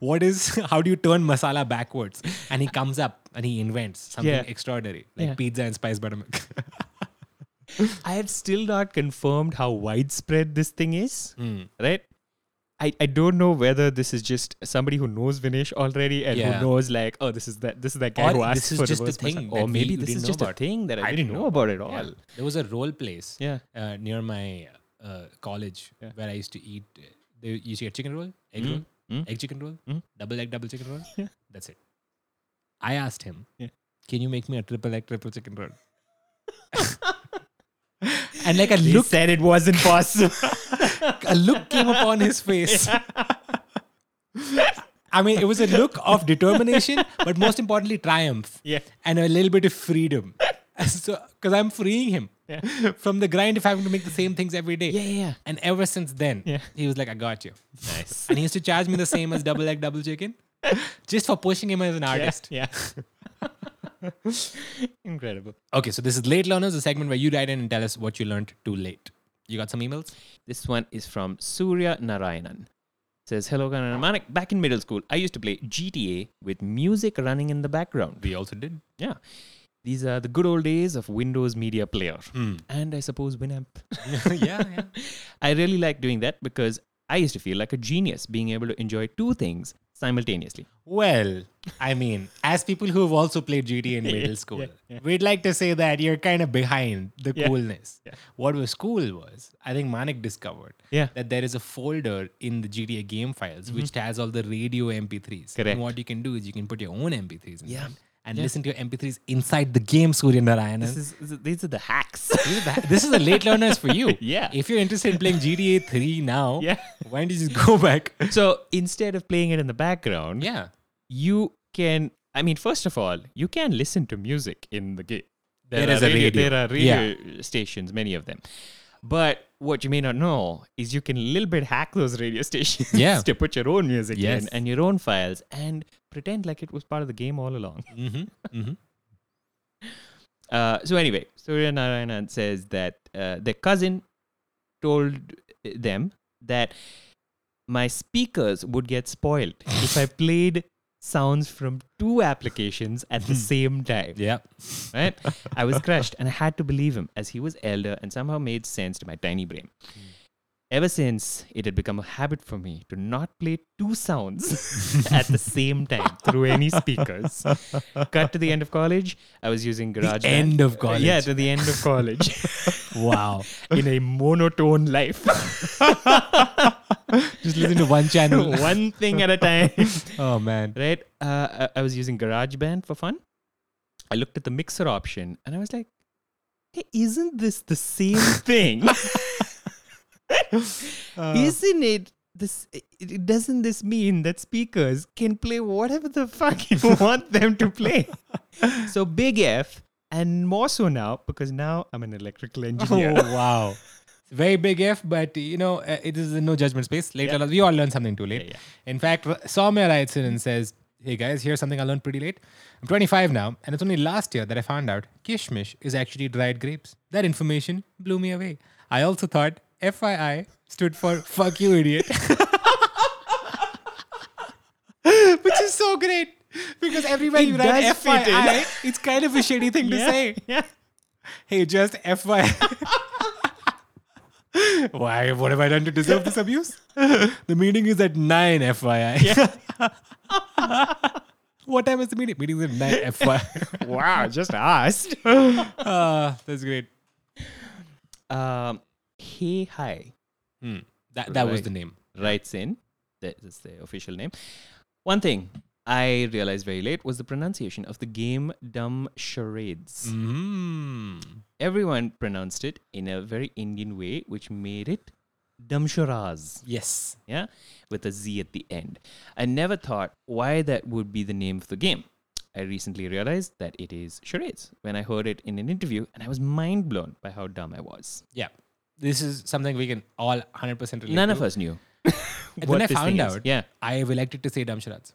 S4: What is how do you turn masala backwards? And he comes up and he invents something
S3: Yeah.
S4: extraordinary like
S3: Yeah.
S4: pizza and spice buttermilk.
S3: I have still not confirmed how widespread this thing is, right? I, I don't know whether this is just somebody who knows Vinesh already and
S4: Yeah,
S3: who knows like oh this is that this is that guy
S4: Or
S3: who
S4: this
S3: asked
S4: is
S3: for
S4: just a
S3: reverse
S4: thing
S3: massage.
S4: that
S3: or
S4: we-
S3: maybe
S4: we
S3: this
S4: didn't
S3: is
S4: know
S3: just a
S4: about.
S3: thing that I,
S4: I
S3: didn't,
S4: didn't
S3: know
S4: know
S3: about at all.
S4: Yeah. There was a role place
S3: Yeah.
S4: uh, near my uh, college where I used to eat. Uh, they used to get chicken roll, egg
S3: Hmm.
S4: roll, egg chicken roll, double egg, double chicken roll. That's it. I asked him,
S3: Yeah.
S4: "Can you make me a triple egg, triple chicken roll?" and like a
S3: They
S4: look,
S3: said it wasn't possible.
S4: a look came upon his face. I mean, it was a look of determination, but most importantly, triumph.
S3: Yeah.
S4: And a little bit of freedom. So, because I'm freeing him from the grind of having to make the same things every day.
S3: Yeah, yeah, yeah.
S4: And ever since then,
S3: Yeah.
S4: he was like, I got you.
S3: nice.
S4: And he used to charge me the same as double egg, double chicken just for pushing him as an artist.
S3: Yeah. Incredible.
S4: Okay, so this is Late Learners, the segment where you write in and tell us what you learned too late. You got some emails?
S3: This one is from Surya Narayanan. Says, Hello, Kanan and Manik. Back in middle school, I used to play GTA with music running in the background.
S4: We also did.
S3: Yeah. These are the good old days of Windows Media Hmm. Player. And I suppose Winamp.
S4: yeah, yeah.
S3: I really like doing that because I used to feel like a genius being able to enjoy two things simultaneously.
S4: Well, I mean, as people who've also played GTA in middle school, we'd like to say that you're kind of behind the
S3: Yeah,
S4: coolness. What was cool was, I think Manik discovered
S3: Yeah. Mm-hmm.
S4: that there is a folder in the GTA game files which has all the radio MP3s.
S3: Correct.
S4: And what you can do is you can put your own MP3s in
S3: Yeah.
S4: that and listen to your MP3s inside the game, Surya Narayanan.
S3: This is, this- these are the hacks.
S4: This is the- this is the late learners for you.
S3: Yeah.
S4: If you're interested in playing GTA 3 now,
S3: Yeah.
S4: why don't you just go back?
S3: so instead of playing it in the background,
S4: Yeah.
S3: you can i mean first of all you can listen to music in the game
S4: There is a radio.
S3: there are radio stations many of them but what you may not know is you can a little bit hack those radio stations
S4: Yeah.
S3: to put your own music
S4: Yes.
S3: in and your own files and pretend like it was part of the game all along
S4: Mm-hmm,
S3: uh, so anyway surya narayanan says that uh, their cousin told eh, them that my speakers would get spoiled if I played sounds from two applications at the same time.
S4: Yeah.
S3: Right? I was crushed and I had to believe him as he was elder and somehow made sense to my tiny brain.
S4: Hmm.
S3: Ever since, it had become a habit for me to not play two sounds at the same time through any speakers. Cut to the end of college, I was using GarageBand.
S4: end of
S3: Yeah,
S4: college.
S3: to the end of college
S4: Wow.
S3: in a monotone life.
S4: Just listen to one channel.
S3: One thing at a time.
S4: Oh man.
S3: right? Uh, I I was using GarageBand for fun. I looked at the mixer option and I was like, hey, isn't this the same thing? isn't it? This it- it- doesn't this mean that speakers can play whatever the fuck you want them to play? So big F, and more so now because now I'm an electrical
S4: Oh
S3: engineer.
S4: wow. It's a Very big F, but you know, uh, it is a no judgment space. Later, we all learn something too late.
S3: Yeah,
S4: In fact, R- Soumya writes in and says, Hey guys, here's something I learned pretty late. I'm 25 now, and it's only last year that I found out Kishmish is actually dried grapes. That information blew me away. I also thought FII stood for fuck you, idiot. Which is so great because everywhere
S3: It
S4: you write
S3: does fit in.
S4: FII, it's kind of a shady thing to say.
S3: yeah.
S4: Hey, just FYI. Why? What have I done to deserve this abuse? The meeting is at 9, FYI. what time is the meeting? Meeting is at 9, FYI.
S3: Wow, just asked.
S4: Ah, that's great.
S3: Um, hey, hi.
S4: Hmm. That, that was
S3: Right.
S4: the name.
S3: writes in, that is the official name. One thing I realized very late was the pronunciation of the game Dumb Charades.
S4: Mm.
S3: Everyone pronounced it in a very Indian way, which made it Dumb Charaz,
S4: Yes.
S3: yeah, with a Z at the end. I never thought why that would be the name of the game. I recently realized that it is charades when I heard it in an interview, and I was mind blown by how dumb I was.
S4: Yeah. This is something we can all 100% relate
S3: None
S4: to.
S3: of us knew. what
S4: And when I
S3: this
S4: found
S3: thing is.
S4: out,
S3: yeah, Hmm.
S4: I have elected to say Damsharats.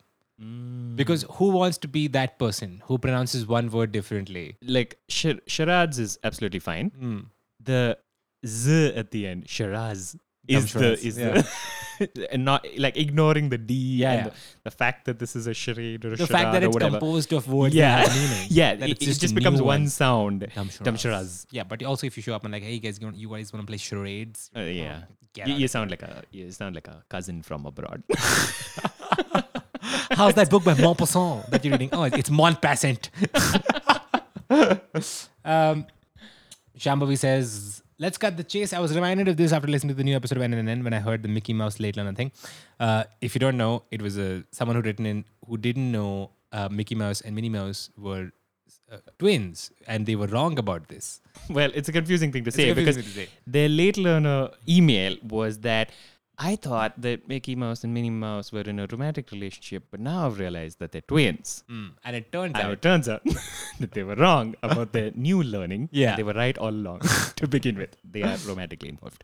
S4: Because who wants to be that person who pronounces one word differently?
S3: like shir- Sharads is absolutely fine. The Z at the end, Shiraz, is
S4: Hmm. Dumb
S3: the
S4: Shiraz,
S3: is the and not like ignoring the D and
S4: yeah.
S3: The, the fact that this is a charade or a
S4: the
S3: charade
S4: fact that
S3: or
S4: it's
S3: whatever.
S4: composed of words
S3: yeah,
S4: that have meaning.
S3: yeah,
S4: that
S3: it,
S4: it's
S3: it
S4: just
S3: just
S4: a
S3: becomes
S4: new
S3: one,
S4: one.
S3: sound.
S4: Dumb
S3: Dumb
S4: charades.
S3: Shiraz.
S4: Yeah, but also if you show up and like, hey guys, you wanna- you guys want to play charades?
S3: Uh, yeah,
S4: Oh, Get
S3: you,
S4: out
S3: you
S4: of
S3: sound like a you sound like a cousin from abroad.
S4: How's that book by Maupassant that you're reading? Oh, it's Montpassant. um, Shambhavi says, let's cut the chase. I was reminded of this after listening to the new episode of NNN when I heard the Mickey Mouse late learner thing. Uh, if you don't know, it was a, someone who written in who didn't know uh, Mickey Mouse and Minnie Mouse were uh, twins and they were wrong about this.
S3: well, it's a confusing thing to say
S4: confusing
S3: because
S4: thing to say.
S3: their late learner email was that I thought that Mickey Mouse and Minnie Mouse were in a romantic relationship, but now I've realized that they're twins.
S4: Mm. And it turned
S3: And
S4: out
S3: it turns out that they were wrong about their new learning.
S4: Yeah.
S3: And they were right all along to begin with. They are romantically involved.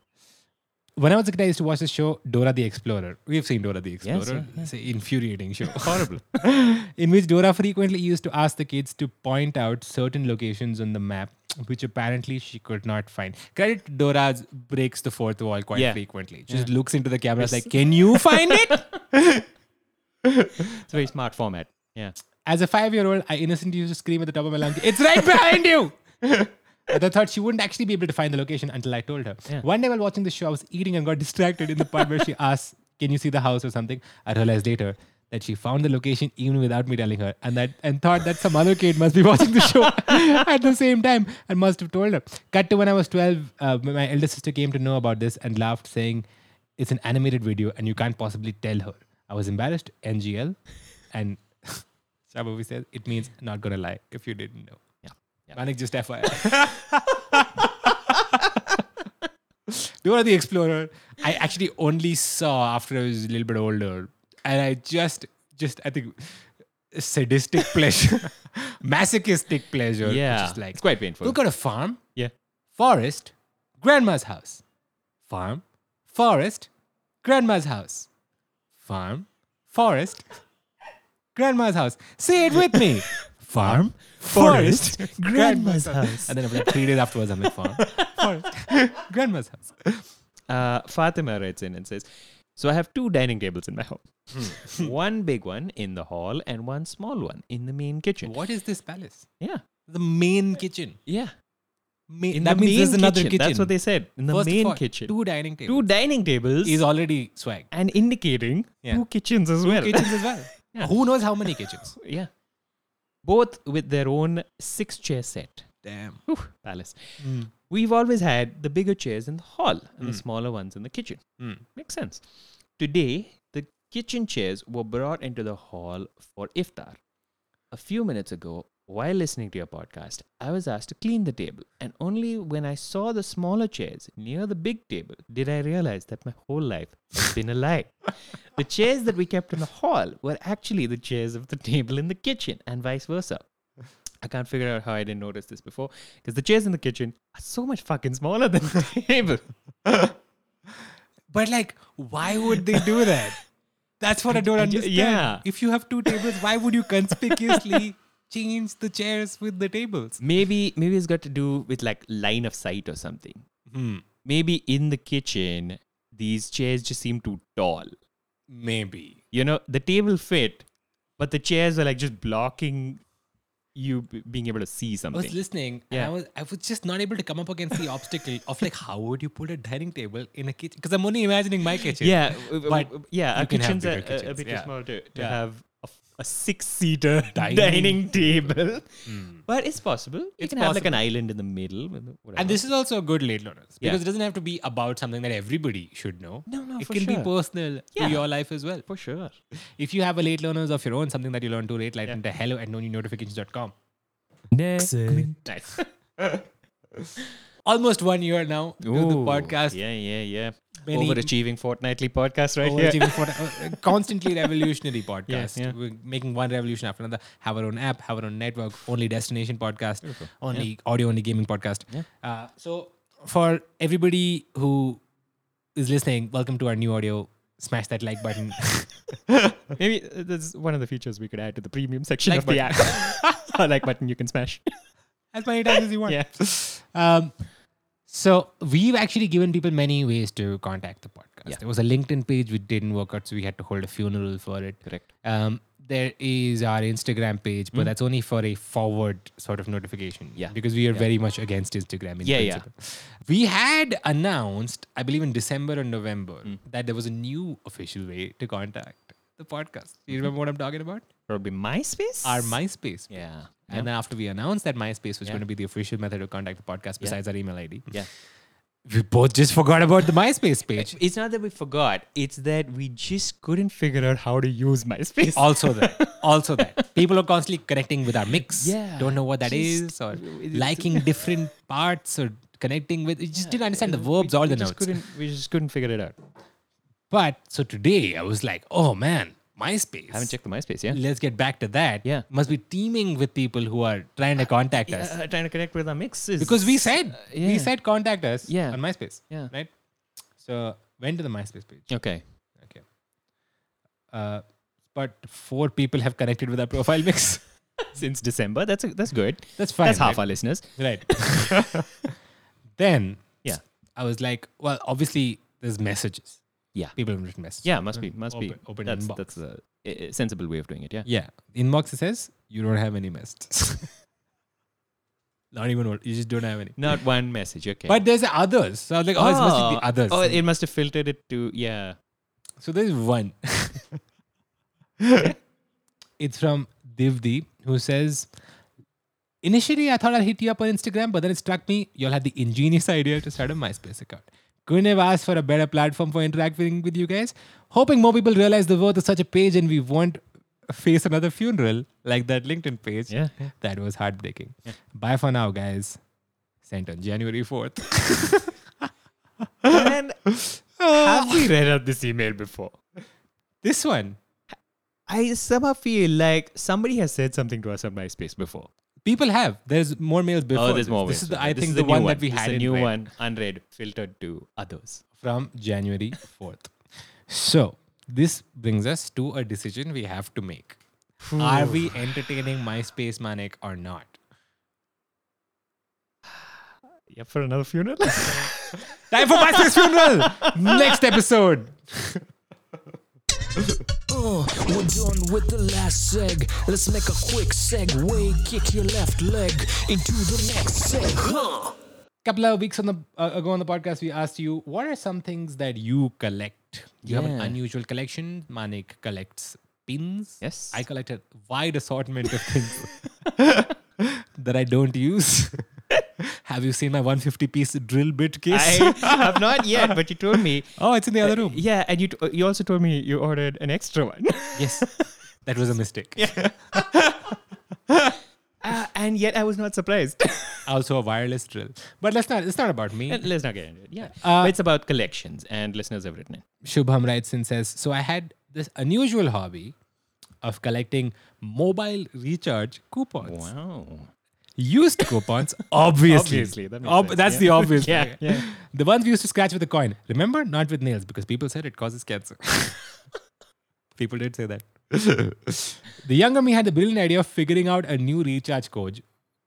S4: When I was a kid, I used to watch the show Dora the Explorer. We've seen Dora the Explorer.
S3: Yes,
S4: It's an infuriating show.
S3: Horrible.
S4: in which Dora frequently used to ask the kids to point out certain locations on the map, which apparently she could not find. Credit to Dora breaks the fourth wall quite
S3: Yeah.
S4: frequently. She Just looks into the camera, like, "Can you find it?"
S3: It's a very smart format. Yeah.
S4: As a five-year-old, I innocently used to scream at the top of my lungs, "It's right behind you!" And I thought she wouldn't actually be able to find the location until I told her.
S3: Yeah.
S4: One day while watching the show, I was eating and got distracted in the part where she asks, Can you see the house or something? I realized later that she found the location even without me telling her and that and thought that some other kid must be watching the show at the same time and must have told her. Cut to when I was 12, uh, my elder sister came to know about this and laughed, saying, It's an animated video and you can't possibly tell her. I was embarrassed, NGL. And Shabavi says, It means not gonna lie if you didn't know.
S3: Yeah. Yeah.
S4: Manik just FYI. Dora the Explorer, I actually only saw after I was a little bit older. And I just, just I think sadistic pleasure, masochistic pleasure. which
S3: yeah,
S4: is like,
S3: it's quite painful.
S4: look at a farm,
S3: yeah,
S4: forest, grandma's house. Farm, forest, grandma's house. Farm, forest, grandma's house. Say it with me. Farm, forest, grandma's house. And then about three days afterwards, I'm like, farm, forest, grandma's house.
S3: uh, Fatima writes in and says, So I have two dining tables in my home
S4: Hmm.
S3: one big one in the hall, and one small one in the main kitchen.
S4: What is this palace?
S3: Yeah.
S4: The main kitchen.
S3: Yeah.
S4: Main,
S3: In
S4: that
S3: the
S4: means
S3: main
S4: there's another
S3: kitchen.
S4: kitchen.
S3: That's what they said. In the
S4: First of
S3: main
S4: all,
S3: kitchen.
S4: Two dining
S3: Two
S4: tables.
S3: dining tables
S4: is already swag.
S3: and indicating
S4: Yeah.
S3: two kitchens as well.
S4: Kitchens as well.
S3: Yeah.
S4: Who knows how many kitchens?
S3: yeah. Both with their own six chair set.
S4: Damn.
S3: Whew, palace. We've always had the bigger chairs in the hall and the smaller ones in the kitchen. Makes sense. Today, the kitchen chairs were brought into the hall for iftar. A few minutes ago, while listening to your podcast, I was asked to clean the table, and only when I saw the smaller chairs near the big table did I realize that my whole life has been a lie. The chairs that we kept in the hall were actually the chairs of the table in the kitchen, and vice versa. I can't figure out how I didn't notice this before because the chairs in the kitchen are so much fucking smaller than the table.
S4: But like, why would they do that? That's what I don't
S3: I ju-
S4: understand.
S3: yeah.
S4: If you have two tables, why would you conspicuously change the chairs with the tables?
S3: Maybe maybe it's got to do with like line of sight or something. Maybe in the kitchen these chairs just seem too tall.
S4: Maybe.
S3: You know, the table fit, but the chairs are like just blocking you b- being able to see
S4: I was
S3: something.
S4: listening and
S3: Yeah.
S4: I was I was just not able to come up against the obstacle of like how would you put a dining table in a kitchen? Because I'm only imagining my kitchen.
S3: yeah, w- w-
S4: But
S3: w- yeah,
S4: you
S3: our
S4: can have
S3: kitchens are
S4: bigger
S3: a- a,
S4: kitchens,
S3: bit
S4: yeah.
S3: too small to, to
S4: Yeah.
S3: have a, f- a six-seater
S4: Dining Hmm.
S3: dining, table, but it's possible. You
S4: It's
S3: can have like an island in the middle. with the- whatever.
S4: And this is also a good late learners
S3: Yeah.
S4: because it doesn't have to be about something that everybody should know.
S3: No, no,
S4: it
S3: for
S4: can be
S3: sure.
S4: personal
S3: Yeah.
S4: to your life as well.
S3: for sure.
S4: If you have a late learners of your own, something that you learn too late, like into hello at notifications.com.
S3: Nice.
S4: almost one year now to the
S3: Ooh,
S4: podcast.
S3: Yeah, yeah, yeah.
S4: Many-
S3: Overachieving fortnightly podcast right
S4: Overachieving
S3: here.
S4: for- uh, constantly revolutionary podcast.
S3: yeah.
S4: We're making one revolution after another. Have our own app, have our own network, only destination podcast, only audio, only gaming podcast. Uh, so, for everybody who is listening, welcome to our new audio. Smash that like button.
S3: Maybe uh, this is one of the features we could add to the premium section
S4: Like
S3: of the app. A like button you can smash.
S4: as many times as you want.
S3: Yeah.
S4: Um, so we've actually given people many ways to contact the podcast.
S3: Yeah.
S4: There was a LinkedIn page which didn't work out, so we had to hold a funeral for it.
S3: Correct.
S4: Um, there is our Instagram page, but that's only for a forward sort of notification.
S3: Hmm. Yeah.
S4: Because we are very much against Instagram in
S3: Yeah, yeah.
S4: principle. We had announced, I believe in December or November,
S3: Hmm.
S4: that there was a new official way to contact the podcast. You
S3: Hmm.
S4: remember what I'm talking about?
S3: Probably MySpace?
S4: Our MySpace.
S3: Yeah.
S4: And then after we announced that MySpace was
S3: Yeah.
S4: going to be the official method to contact the podcast besides our email ID,
S3: Yeah.
S4: we both just forgot about the MySpace page.
S3: It's not that we forgot, it's that we just couldn't figure out how to use MySpace.
S4: also that. Also that. People are constantly connecting with our mix.
S3: Yeah.
S4: Don't know what that is,
S3: Just-
S4: or
S3: it's-
S4: liking different parts or connecting with. You just didn't understand the verbs or the
S3: we just
S4: notes.
S3: couldn't we just couldn't figure it out.
S4: But so today I was like, oh man, MySpace.
S3: Haven't checked the MySpace, yeah?
S4: Let's get back to that.
S3: Yeah.
S4: Must be teeming with people who are trying to contact us.
S3: Uh, trying to connect with our mix is
S4: Because we said, we
S3: yeah.
S4: said contact us
S3: Yeah.
S4: on MySpace.
S3: Yeah.
S4: Right? So went to the MySpace page.
S3: Okay.
S4: Okay. Uh, but four people have connected with our profile mix.
S3: Since December, that's a, that's good.
S4: That's fine.
S3: that's half
S4: right?
S3: our listeners.
S4: Right. then
S3: Yeah.
S4: I was like, well, obviously there's messages.
S3: Yeah.
S4: People have written messages.
S3: Yeah, must be, must be.
S4: Open- open
S3: that's
S4: inbox.
S3: that's a, a sensible way of doing it. Yeah.
S4: Yeah. Inbox it says you don't have any messages. Not even one. You just don't have any.
S3: Not one message. Okay.
S4: But there's others. So I was like, oh, it's mostly the others.
S3: Oh, it must have filtered it to yeah.
S4: So there's one. it's from Divdi, who says, Initially, I thought I'd hit you up on Instagram, but then it struck me you all had the ingenious idea to start a MySpace account. Couldn't have asked for a better platform for interacting with you guys. Hoping more people realize the worth of such a page and we won't face another funeral like that LinkedIn page.
S3: Yeah, yeah.
S4: That was heartbreaking. Bye for now, guys. Sent on January 4th.
S3: And have we read out this email before?
S4: this one.
S3: I somehow feel like somebody has said something to us on MySpace before.
S4: People have. There's more mails before.
S3: oh, there's
S4: this.
S3: more.
S4: This
S3: ways.
S4: is the, I
S3: This
S4: think
S3: is
S4: the,
S3: new
S4: one, that we
S3: This is
S4: had
S3: a
S4: in
S3: new
S4: red
S3: one, unread, filtered to others.
S4: from January 4th. So this brings us to a decision we have to make. Are we entertaining MySpace Manic or not?
S3: Yeah, for another funeral.
S4: Time for MySpace funeral. Next episode.
S1: Uh, we're done with the last seg. Let's make a quick segue. Kick your left leg into the next seg. Huh?
S4: Couple of weeks on the uh, ago on the podcast, we asked you what are some things that you collect. You have an
S3: Yeah.
S4: unusual collection. Manik collects pins.
S3: Yes.
S4: I collect a wide assortment of things that I don't use. have you seen my 150 piece drill bit case?
S3: I have not yet, but you told me.
S4: Oh, it's in the other room.
S3: Yeah, and you t- you also told me you ordered an extra one.
S4: Yes. That was a mistake.
S3: Uh, and yet I was not surprised.
S4: Also a wireless drill. But let's not it's not about me.
S3: Let's not get into it. Yeah.
S4: Uh,
S3: But it's about collections, and listeners have written it.
S4: Shubham writes and says, So I had this unusual hobby of collecting mobile recharge coupons.
S3: Wow.
S4: Used coupons, obviously.
S3: Obviously, that makes sense,
S4: That's
S3: yeah.
S4: the obvious
S3: Yeah,
S4: thing.
S3: yeah.
S4: The ones we used to scratch with a coin. Remember? Not with nails, because people said it causes cancer. people did say that. the younger me had the brilliant idea of figuring out a new recharge code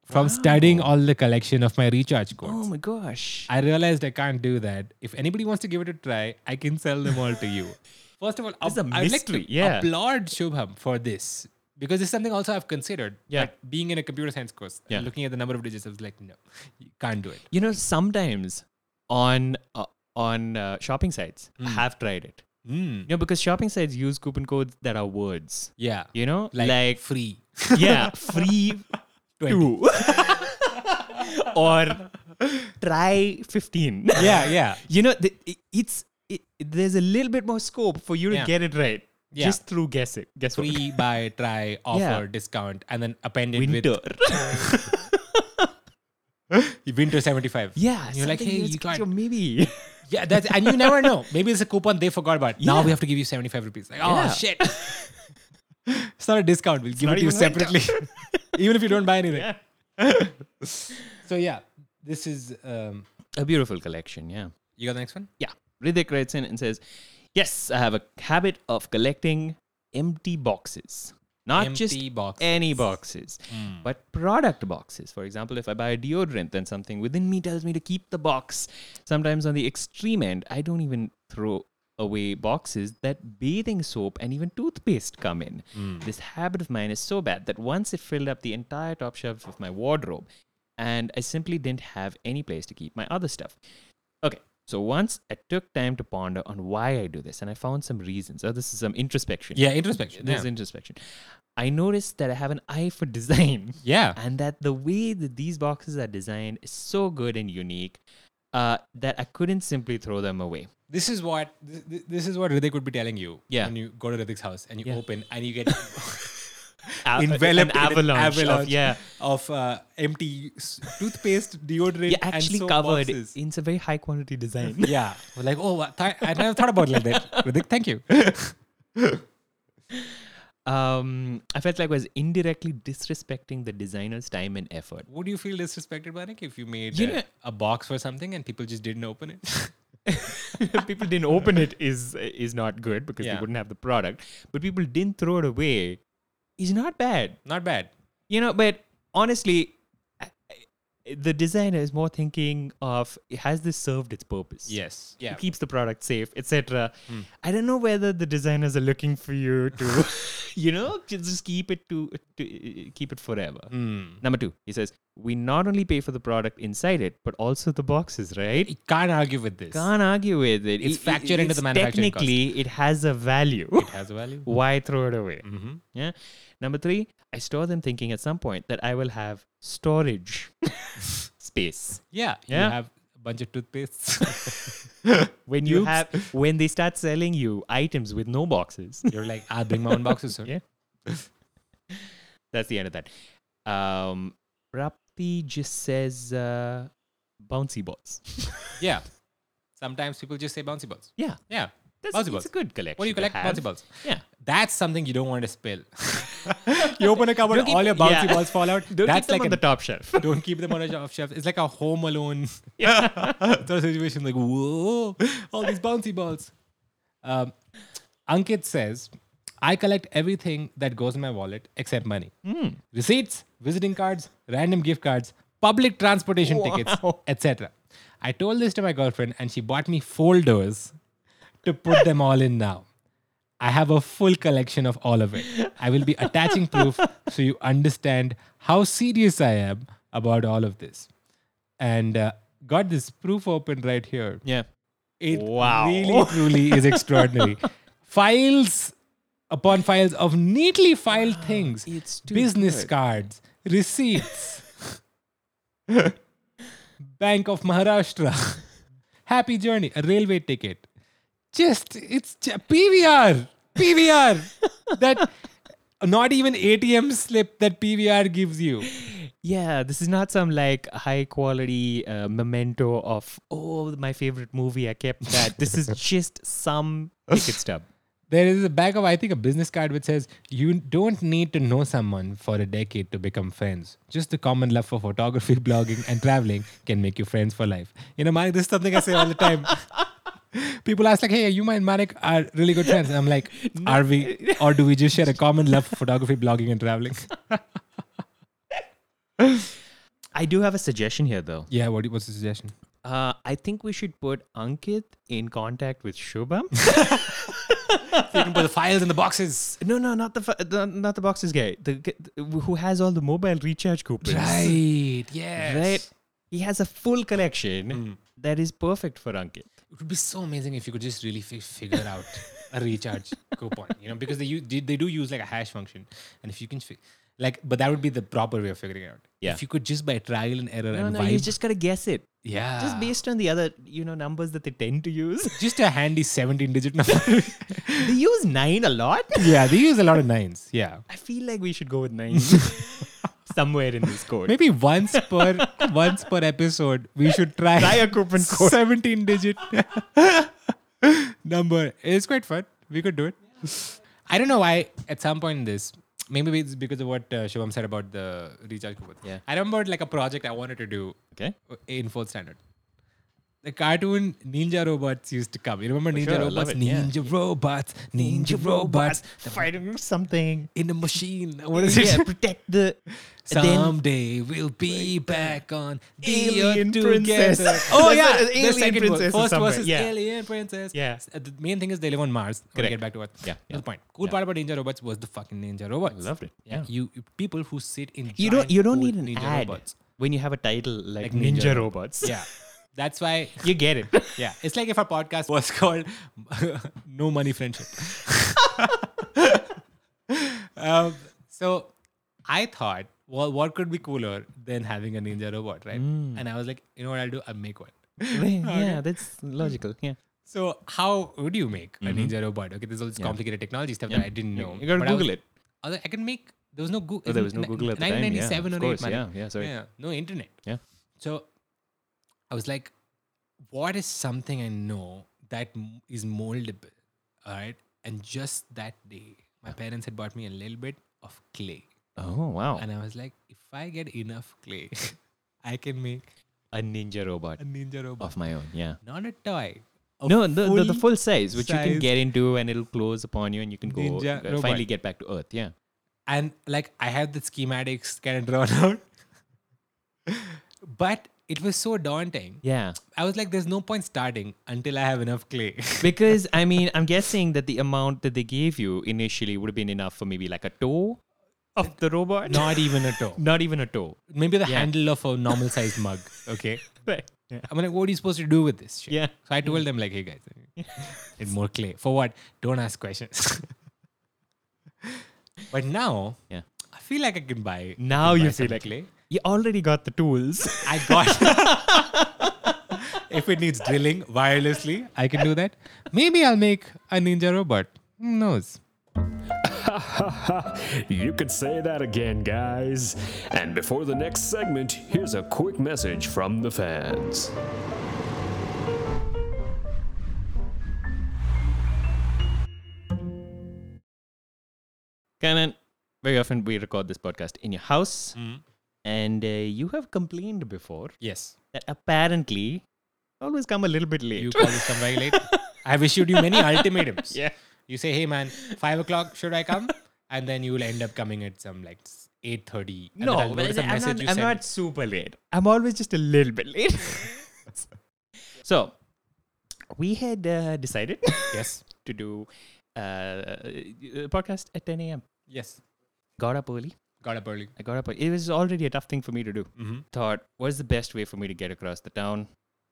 S4: from studying all the collection of my recharge codes.
S3: Oh my gosh.
S4: I realized I can't do that. If anybody wants to give it a try, I can sell them all to you. First of all,
S3: This is a
S4: I would like to
S3: mystery, yeah.
S4: applaud Shubham for this because it's something also I've considered.
S3: Yeah.
S4: But being in a computer science course,
S3: Yeah.
S4: looking at the number of digits, I was like, no, you can't do it.
S3: You know, sometimes on uh, on uh, shopping sites,
S4: Hmm.
S3: I have tried it. You know, because shopping sites use coupon codes that are words.
S4: Yeah.
S3: You know,
S4: like,
S3: like,
S4: free.
S3: yeah, free two or try fifteen.
S4: yeah, yeah.
S3: you know, the, i- it's it, there's a little bit more scope for you to
S4: Yeah.
S3: get it right
S4: Yeah.
S3: just through guessing. Guess what?
S4: Free, buy, try, offer,
S3: Yeah.
S4: discount, and then append it
S3: Winter.
S4: with winter 75.
S3: yeah,
S4: You're like,
S3: something
S4: hey,
S3: that's
S4: you
S3: got
S4: can't.
S3: your maybe.
S4: Yeah, that's and you never know. Maybe it's a coupon they forgot about. Now
S3: Yeah.
S4: we have to give you 75 rupees. Like, oh
S3: Yeah.
S4: shit. it's not a discount. We'll give it
S3: not
S4: to you
S3: even winter.
S4: separately. even if you don't buy anything. so yeah, this is um
S3: a beautiful collection. Yeah.
S4: you got the next one?
S3: Yeah. Riddick writes in and says, Yes, I have a habit of collecting empty boxes. Not
S4: Empty
S3: just
S4: boxes. Hmm.
S3: any boxes, but product boxes. For example, if I buy a deodorant, then something within me tells me to keep the box. Sometimes on the extreme end, I don't even throw away boxes that bathing soap and even toothpaste come in.
S4: Hmm.
S3: This habit of mine is so bad that once it filled up the entire top shelf of my wardrobe, and I simply didn't have any place to keep my other stuff. Okay. So once I took time to ponder on why I do this, and I found some reasons. So this is some introspection.
S4: Yeah, introspection.
S3: This
S4: Yeah.
S3: is introspection. I noticed that I have an eye for design.
S4: Yeah.
S3: And that the way that these boxes are designed is so good and unique uh, that I couldn't simply throw them away.
S4: This is what this, this- this is what Riddick would be telling you.
S3: Yeah.
S4: When you go to Riddick's house and you
S3: Yeah.
S4: open and you get
S3: A-
S4: enveloped
S3: an
S4: in an
S3: avalanche. Of,
S4: avalanche
S3: yeah.
S4: of uh, empty s- toothpaste, deodorant,
S3: Yeah, actually
S4: and soap
S3: covered
S4: boxes.
S3: in some very high quality design.
S4: yeah. We're like, oh, I thi- I never thought about it like that. Riddick, thank you.
S3: Um, I felt like I was indirectly disrespecting the designer's time and effort.
S4: Would you feel disrespected, Manik, if you made
S3: You
S4: uh,
S3: know-
S4: a box for something and people just didn't open it?
S3: people didn't open it is is not good because
S4: Yeah.
S3: they wouldn't have the product. But people didn't throw it away is not bad.
S4: Not bad.
S3: You know, but honestly, I- I- the designer is more thinking of has this served its purpose?
S4: Yes. Yeah. Hmm.
S3: It keeps the product safe, etc. I don't know whether the designers are looking for you to you know, just keep it to, to keep it forever.
S4: Hmm.
S3: Number two, he says, we not only pay for the product inside it, but also the boxes, right?
S4: You can't argue with this.
S3: Can't argue with it.
S4: It's
S3: It- it-
S4: factored into
S3: it's
S4: the manufacturing cost.
S3: Technically, it has a value.
S4: It Mm. has a value. Mm-hmm.
S3: Why throw it away? Yeah. Number three, I store them thinking at some point that I will have storage space.
S4: Yeah,
S3: Yeah.
S4: you have a bunch of toothpastes.
S3: When you
S4: Oops.
S3: have when they start selling you items with no boxes.
S4: You're like, I'll bring my own boxes. Sir.
S3: Yeah. That's the end of that. Um Rapti just says uh, bouncy balls.
S4: yeah. Sometimes people just say bouncy balls.
S3: yeah.
S4: Yeah.
S3: That's
S4: Bouncy
S3: it's
S4: balls.
S3: a good collection.
S4: What do you
S3: to
S4: collect?
S3: have.
S4: Bouncy balls.
S3: Yeah.
S4: That's something you don't want to spill. you open a cupboard,
S3: Don't keep-
S4: all your bouncy
S3: yeah.
S4: balls fall out.
S3: Don't
S4: That's
S3: keep them
S4: like
S3: on
S4: a,
S3: the top shelf.
S4: Don't keep them on a shelf- shelf. It's like a home alone
S3: yeah.
S4: sort of situation. Like, whoa, all these bouncy balls. Um, Ankit says, I collect everything that goes in my wallet except money. Receipts, visiting cards, random gift cards, public transportation tickets, etc. I told this to my girlfriend and she bought me folders to put them all in now. I have a full collection of all of it. I will be attaching proof so you understand how serious I am about all of this. And uh, got this proof open right here.
S3: Yeah.
S4: It
S3: Wow.
S4: really truly is extraordinary. files upon files of neatly filed things.
S3: It's too
S4: business
S3: good.
S4: cards, receipts. Bank of Maharashtra. Happy journey, a railway ticket. Just it's j- PVR. PVR. that not even ATM slip that PVR gives you.
S3: Yeah, this is not some like high quality uh, memento of oh my favorite movie. I kept that. this is just some ticket stub.
S4: There is a back of, I think, a business card which says, You don't need to know someone for a decade to become friends. Just the common love for photography, blogging, and traveling can make you friends for life. You know, Manik, this is something I say all the time. People ask, like, Hey, you and Manik are really good friends. And I'm like, Are we? Or do we just share a common love for photography, blogging, and traveling?
S3: I do have a suggestion here though.
S4: Yeah, what, what's the suggestion?
S3: Uh, I think we should put Ankit in contact with Shubham.
S4: You can put the files in the boxes.
S3: no, no, not the, fu- the not the boxes guy. The, g- the who has all the mobile recharge coupons.
S4: Right. Yes.
S3: Right. He has a full collection
S4: Hmm.
S3: that is perfect for Ankit.
S4: It would be so amazing if you could just really fi- figure out a recharge coupon, you know, because they use, they do use like a hash function, and if you can, fi- like, but that would be the proper way of figuring it out.
S3: Yeah.
S4: If you could just by trial and error
S3: No,
S4: and
S3: no,
S4: vibe,
S3: you just gotta guess it.
S4: yeah,
S3: Just based on the other, you know, numbers that they tend to use.
S4: just a handy seventeen-digit number.
S3: they use nine a lot.
S4: yeah, they use a lot of nines. Yeah,
S3: I feel like we should go with nine somewhere in this code.
S4: maybe once per once per episode we should try
S3: Try a coupon code.
S4: seventeen-digit number. It's quite fun. We could do it. I don't know why at some point in this, maybe it's because of what uh, Shivam said about the recharge coupon.
S3: Yeah.
S4: I remember like a project I wanted to do uh,
S3: Okay.
S4: in fourth standard. The cartoon Ninja Robots used to come. You remember Ninja
S3: sure, I love
S4: Robots?
S3: it, yeah.
S4: Ninja Robots, Ninja Robots, the-
S3: Fighting something.
S4: in the machine. What is
S3: Yeah,
S4: it?
S3: protect the. then
S4: Someday we'll be back on the
S3: Alien
S4: earth together.
S3: princess.
S4: Oh
S3: There's
S4: yeah,
S3: a- an
S4: the
S3: alien
S4: second one.
S3: princess in
S4: First
S3: somewhere.
S4: versus
S3: Yeah.
S4: alien princess.
S3: Yeah.
S4: S- uh, The main thing is they live on Mars. We'll
S3: Correct.
S4: get back to Earth.
S3: Yeah, yeah.
S4: Good point. Cool part about Ninja Robots was the fucking Ninja Robots.
S3: Loved it. Yeah.
S4: You, you people who sit in
S3: You don't.
S4: giant
S3: You don't
S4: old
S3: need an
S4: Ninja
S3: ad
S4: Robots.
S3: when you have a title like,
S4: Like Ninja
S3: Ninja,
S4: Robots.
S3: Robots.
S4: Yeah. That's why.
S3: you get it.
S4: Yeah. It's like if our podcast was called No Money Friendship. um, so I thought, well, what could be cooler than having a ninja robot, right?
S3: Mm.
S4: And I was like, you know what I'll do? I'll make one.
S3: yeah, that's logical. Yeah.
S4: So how would you make a ninja robot? Okay, there's all this complicated technology stuff that I didn't
S3: You-
S4: know.
S3: Mm-hmm. you gotta
S4: But I
S3: Google
S4: was-
S3: it.
S4: I was like, I can make. There was no Google.
S3: Oh, there was no Google at the time, yeah,
S4: 1997
S3: of
S4: or
S3: course,
S4: 8, man.
S3: yeah, yeah, sorry.
S4: Yeah, no internet.
S3: Yeah.
S4: So I was like, what is something I know that m- is moldable? All right. And just that day, my parents had bought me a little bit of clay.
S3: Oh wow.
S4: And I was like, if I get enough clay, I can make
S3: a ninja robot
S4: a ninja robot.
S3: of my own. Yeah.
S4: Not a toy. a
S3: No, the, the, the full size, which you can
S4: size
S3: get into and it'll close upon you and you can go
S4: ninja
S3: uh, finally
S4: robot.
S3: get back to Earth. Yeah.
S4: and like I have the schematics kind of drawn out. but it was so daunting.
S3: Yeah.
S4: I was like, there's no point starting until I have enough clay.
S3: Because I mean, I'm guessing that the amount that they gave you initially would have been enough for maybe like a toe of the robot.
S4: Not even a toe.
S3: Not even a toe.
S4: Maybe the
S3: Yeah.
S4: handle of a normal sized mug. Okay.
S3: Right. Yeah.
S4: I'm like, what are you supposed to do with this shit?
S3: Yeah.
S4: So I told them, like, hey guys, it's more clay. For what? Don't ask questions. but now,
S3: Yeah.
S4: I feel like I can buy.
S3: Now
S4: can
S3: you
S4: buy
S3: feel
S4: some
S3: like you already got the tools.
S4: I got. if it needs drilling wirelessly, I can do that. Maybe I'll make a ninja robot. Who knows?
S5: You could say that again, guys. And before the next segment, here's a quick message from the fans.
S3: Canon, very often we record this podcast in your house, and uh, you have complained before
S4: Yes.
S3: that apparently I always come a little bit late.
S4: You probably come very late. I've issued you many ultimatums.
S3: Yeah.
S4: You say, hey man, five o'clock should I come? And then you will end up coming at some like eight thirty.
S3: no,
S4: I'll
S3: but
S4: notice a
S3: I'm,
S4: message
S3: not,
S4: you
S3: I'm
S4: sent.
S3: not super late. I'm always just a little bit late. so we had uh, decided
S4: Yes.
S3: to do uh, a podcast at 10 a.m.
S4: Yes.
S3: Got up early.
S4: Got up early.
S3: I got up. early. It was already a tough thing for me to do.
S4: Mm-hmm.
S3: Thought, what is the best way for me to get across the town?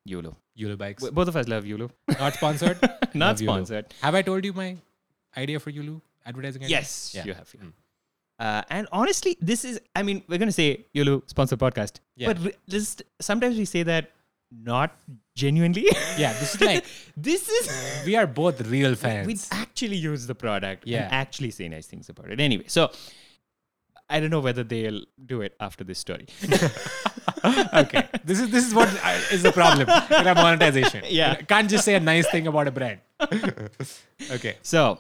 S3: YOLO.
S4: Yulu bikes.
S3: W- Both of us love YOLO.
S4: Not sponsored.
S3: Not
S4: Love Yulu.
S3: sponsored.
S4: Have I told you my idea for Yulu advertising? Idea?
S3: Yes,
S4: Yeah.
S3: you have. yeah. Uh, and honestly, this is, I mean, we're going to say YOLO sponsor podcast.
S4: Yeah.
S3: But re- this, sometimes we say that not genuinely.
S4: Yeah. This is like
S3: this is,
S4: we are both real fans.
S3: we actually use the product
S4: Yeah.
S3: and actually say nice things about it. Anyway, so I don't know whether they'll do it after this story.
S4: okay. This is this is what I- is the problem in our monetization.
S3: Yeah.
S4: Can't just say a nice thing about a brand. okay.
S3: so,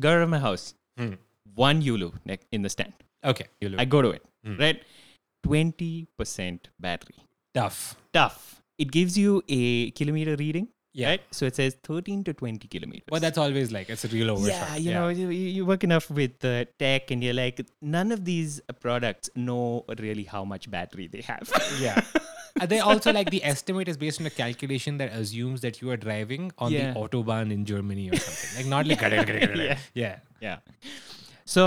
S3: got out of my house. One YOLO ne- in the stand.
S4: Okay. Yulu.
S3: I go to it, right? 20% battery.
S4: Tough.
S3: tough. It gives you a kilometer reading,
S4: Yeah.
S3: right? So it says 13 to 20 kilometers.
S4: Well, that's always like it's a real overshot.
S3: yeah, you know, you, you you work enough with uh, tech, and you're like, none of these uh, products know really how much battery they have.
S4: Yeah. And they also like the estimate is based on a calculation that assumes that you are driving on
S3: Yeah.
S4: the autobahn in Germany or something. Like not like yeah. yeah.
S3: yeah. So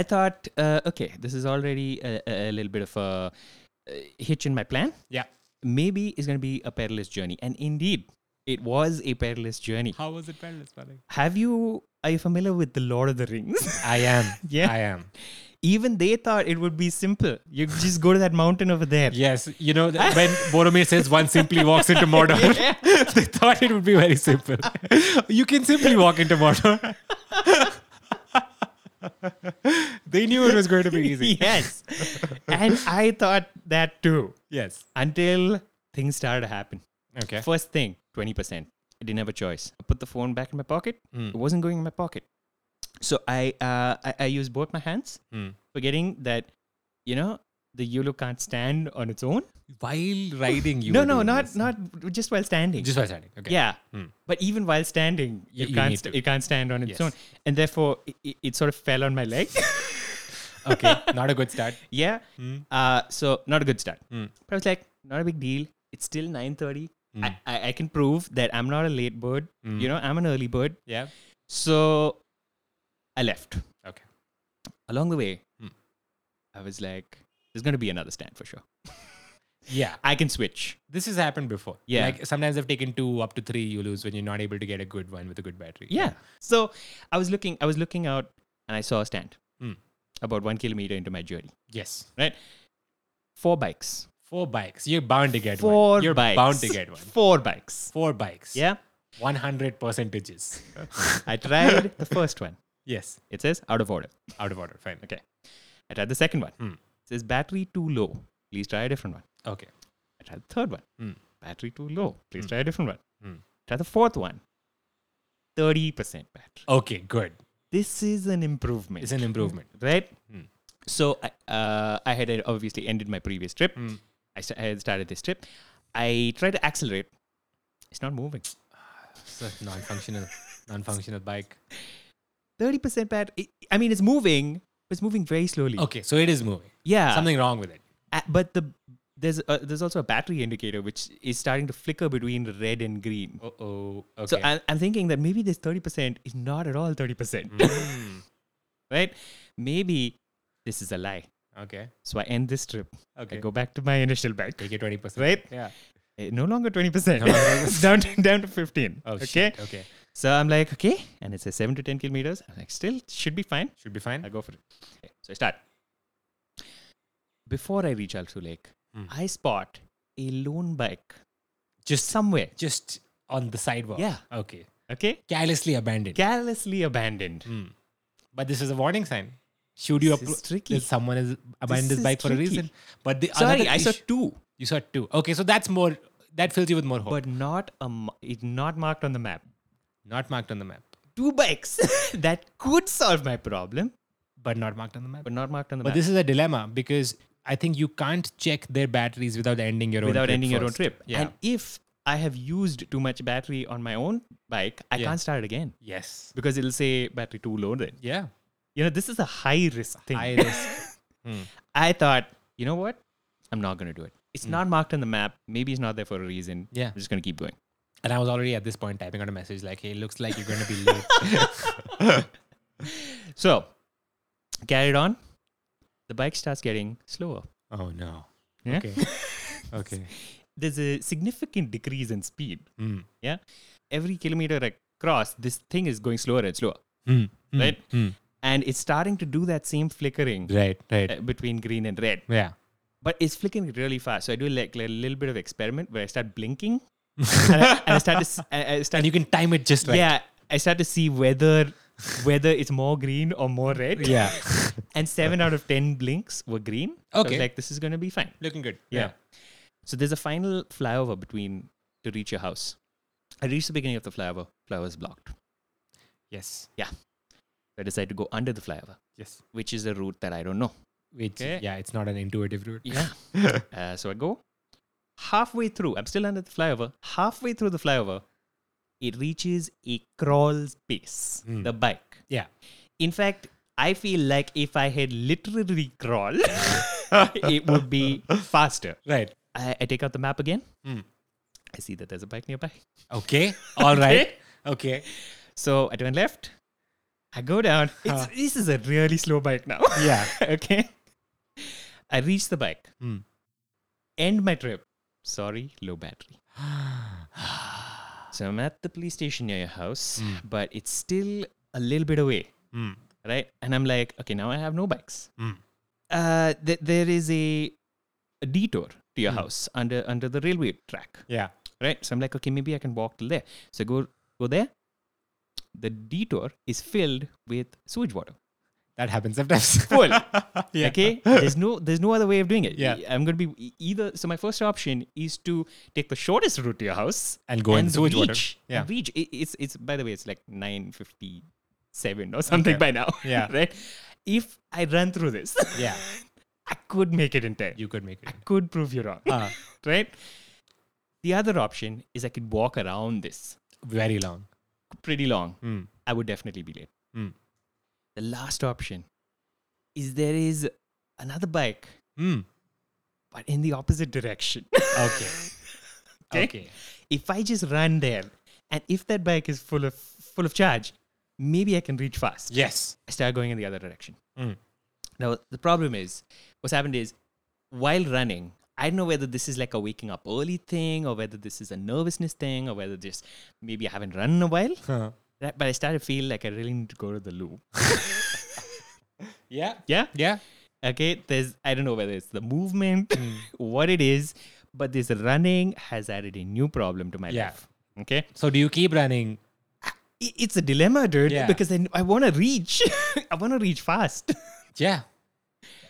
S3: I thought, uh, okay, this is already a, a a little bit of a uh, hitch in my plan.
S4: Yeah.
S3: Maybe it's going to be a perilous journey, and indeed, it was a perilous journey.
S4: How was it perilous, Malik?
S3: Have you? Are you familiar with the Lord of the Rings?
S4: I am.
S3: Yeah.
S4: I am.
S3: even they thought it would be simple. You just go to that mountain over there.
S4: Yes. You know that when Boromir says one simply walks into Mordor, they thought it would be very simple. you can simply walk into Mordor. they knew it was going to be easy.
S3: yes. and I thought that too
S4: Yes.
S3: until things started to happen.
S4: Okay.
S3: First thing, 20%. I didn't have a choice. I put the phone back in my pocket.
S4: Mm.
S3: It wasn't going in my pocket. So I, uh, I, I used both my hands,
S4: Mm.
S3: forgetting that, you know, the YOLO can't stand on its own.
S4: While riding, you
S3: no,
S4: were
S3: no,
S4: doing
S3: not
S4: this.
S3: not just while standing.
S4: just by standing. Okay.
S3: Yeah. Mm. But even while standing, it,
S4: you
S3: can't
S4: need
S3: st-
S4: to.
S3: it can't stand on its
S4: Yes.
S3: own. And therefore, it, it, it sort of fell on my leg.
S4: Okay. Not a good start.
S3: yeah.
S4: Hmm?
S3: Uh, so, not a good start. But I was like, not a big deal. It's still 9.30.
S4: Hmm.
S3: I, I, I can prove that I'm not a late bird. You know, I'm an early bird.
S4: Yeah.
S3: So, I left.
S4: Okay. Hmm.
S3: Along the way, I was like, there's going to be another stand for sure.
S4: Yeah.
S3: I can switch.
S4: This has happened before.
S3: Yeah.
S4: Like sometimes I've taken two up to three you lose when you're not able to get a good one with a good battery.
S3: Yeah. So I was looking, I was looking out and I saw a stand
S4: Mm.
S3: about one kilometer into my journey.
S4: Yes.
S3: right? Four bikes.
S4: Four bikes. You're bound to get
S3: Four
S4: one. You're
S3: bikes.
S4: bound to get one.
S3: Four bikes.
S4: Four bikes.
S3: Yeah.
S4: 100 percentages.
S3: I tried the first one.
S4: yes.
S3: It says out of order.
S4: Out of order. Fine.
S3: Okay. I tried the second one.
S4: Mm.
S3: It says battery too low. Please try a different one.
S4: Okay.
S3: I tried the third one.
S4: Mm.
S3: Battery too low. Please try a different one.
S4: Mm.
S3: Try the fourth one. 30% battery.
S4: Okay. Good.
S3: This is an improvement.
S4: It's an improvement.
S3: right? So I, uh, I had uh, obviously ended my previous trip. I, sta- I had started this trip. I tried to accelerate. It's not moving.
S4: It's a non-functional, non-functional bike.
S3: thirty percent bad. I- I mean, it's moving. but It's moving very slowly.
S4: Okay. So it is moving.
S3: Yeah.
S4: Something wrong with it.
S3: Uh, but the there's a, there's also a battery indicator which is starting to flicker between red and green.
S4: Oh, okay.
S3: So I'm, I'm thinking that maybe this 30% is not at all 30%.
S4: Hmm.
S3: right? Maybe this is a lie.
S4: okay.
S3: So I end this trip.
S4: Okay.
S3: I go back to my initial bank.
S4: Take your 20%.
S3: Right?
S4: Yeah.
S3: Eh, No longer 20%. down, to, down to 15.
S4: Oh,
S3: okay.
S4: shit. Okay.
S3: So I'm like, okay. And it's a 7 to 10 kilometers. I'm like, still should be fine.
S4: Should be fine.
S3: I go for it. Okay, so I start. Before I reach Alsu Lake,
S4: Hmm.
S3: I spot a lone bike
S4: Just
S3: somewhere.
S4: just on the sidewalk.
S3: Yeah.
S4: Okay. Hmm.
S3: Okay.
S4: Carelessly abandoned.
S3: Carelessly abandoned.
S4: but this is a warning sign. Should you
S3: This is
S4: appro-
S3: tricky.
S4: that someone has abandoned this
S3: is
S4: bike for a
S3: tricky.
S4: reason? But the
S3: Sorry,
S4: another
S3: I saw
S4: issue-
S3: two,
S4: You saw two. Okay, so that's more. That fills you with more hope.
S3: but not a ma- it not marked on the map.
S4: not marked on the map.
S3: Two bikes that could solve my problem,
S4: But not marked on the map.
S3: but not marked on the
S4: But
S3: map.
S4: this is a dilemma because I think you can't check their batteries without ending your own
S3: without
S4: trip
S3: ending your own
S4: first.
S3: trip.
S4: Yeah.
S3: And if I have used too much battery on my own bike, I
S4: Yeah.
S3: can't start again
S4: yes.
S3: because it'll say battery too low. Then
S4: Yeah.
S3: you know this is a high risk thing.
S4: High risk.
S3: I thought, you know what? I'm not going to do it. It's not marked on the map. Maybe it's not there for a reason.
S4: Mm. Yeah.
S3: I'm just going to keep going.
S4: And I was already at this point typing out a message like, "Hey, looks like you're going to be late."
S3: So, carried on. The bike starts getting slower.
S4: oh no.
S3: Yeah?
S4: Okay. Okay.
S3: There's a significant decrease in speed.
S4: Mm.
S3: Yeah. Every kilometer I cross, this thing is going slower and slower.
S4: Mm. Mm.
S3: Right?
S4: Mm.
S3: And it's starting to do that same flickering
S4: Right. Right.
S3: uh, between green and red.
S4: yeah.
S3: But it's flickering really fast. So I do like, a little bit of experiment where I start blinking. and, I, and I start to s- I- I start
S4: And you can time it just right.
S3: Yeah, I start to see whether whether it's more green or more red.
S4: Yeah.
S3: And seven out of ten blinks were green. So I was
S4: Okay.
S3: like this is gonna be fine.
S4: Looking good.
S3: So there's a final flyover between to reach your house. I reached the beginning of the flyover. Flyover's blocked.
S4: Yes.
S3: I decide to go under the flyover,
S4: Yes.
S3: which is a route that I don't know.
S4: Which
S3: Okay.
S4: yeah, it's not an intuitive route.
S3: Yeah. uh, so I go halfway through. I'm still under the flyover. Halfway through the flyover, it reaches a crawl space.
S4: Hmm.
S3: The bike.
S4: Yeah.
S3: In fact, I feel like if I had literally crawl, it would be faster.
S4: Right.
S3: I, I take out the map again. I see that there's a bike nearby.
S4: Okay. All right. Okay.
S3: So I turn left. I go down. It's, This is a really slow bike now.
S4: Yeah.
S3: okay. I reach the bike.
S4: Hmm.
S3: End my trip. Sorry, low battery. so I'm at the police station near your house, but it's still a little bit away. Right? And I'm like, okay, now I have no bikes. Uh, th- there is a, a detour to your house under under the railway track
S4: Yeah.
S3: right? So I'm like, okay, maybe I can walk till there. So I go go there. The detour is filled with sewage water.
S4: That happens sometimes.
S3: Full.
S4: yeah.
S3: Okay. There's no there's no other way of doing it.
S4: Yeah.
S3: I'm gonna be e- either. So my first option is to take the shortest route to your house
S4: And go in the sewage water.
S3: reach-
S4: Yeah.
S3: and Reach. It, it's it's by the way, it's like nine fifty seven or something by now.
S4: Yeah.
S3: right. If I run through this,
S4: Yeah.
S3: I could make it in time.
S4: You could make it.
S3: could prove you wrong.
S4: Ah.
S3: right. The other option is I could walk around this
S4: Very long.
S3: pretty long,
S4: Mm.
S3: I would definitely be late.
S4: Mm.
S3: The last option is there is another bike,
S4: Mm.
S3: but in the opposite direction.
S4: Okay.
S3: Okay.
S4: okay.
S3: if I just run there, and if that bike is full of full of charge, maybe I can reach fast.
S4: Yes.
S3: I start going in the other direction.
S4: Mm.
S3: Now the problem is, what's happened is, while running, I don't know whether this is like a waking up early thing, or whether this is a nervousness thing, or whether just maybe I haven't run in a while.
S4: Huh.
S3: Right, But I started to feel like I really need to go to the loo.
S4: Yeah.
S3: Yeah.
S4: Yeah.
S3: Okay, there's I don't know whether it's the movement,
S4: Mm.
S3: what it is, but this running has added a new problem to my
S4: Yeah.
S3: life. Okay,
S4: So do you keep running?
S3: I- it's a dilemma, dude,
S4: Yeah.
S3: because I, I want to reach, I want to reach fast.
S4: Yeah.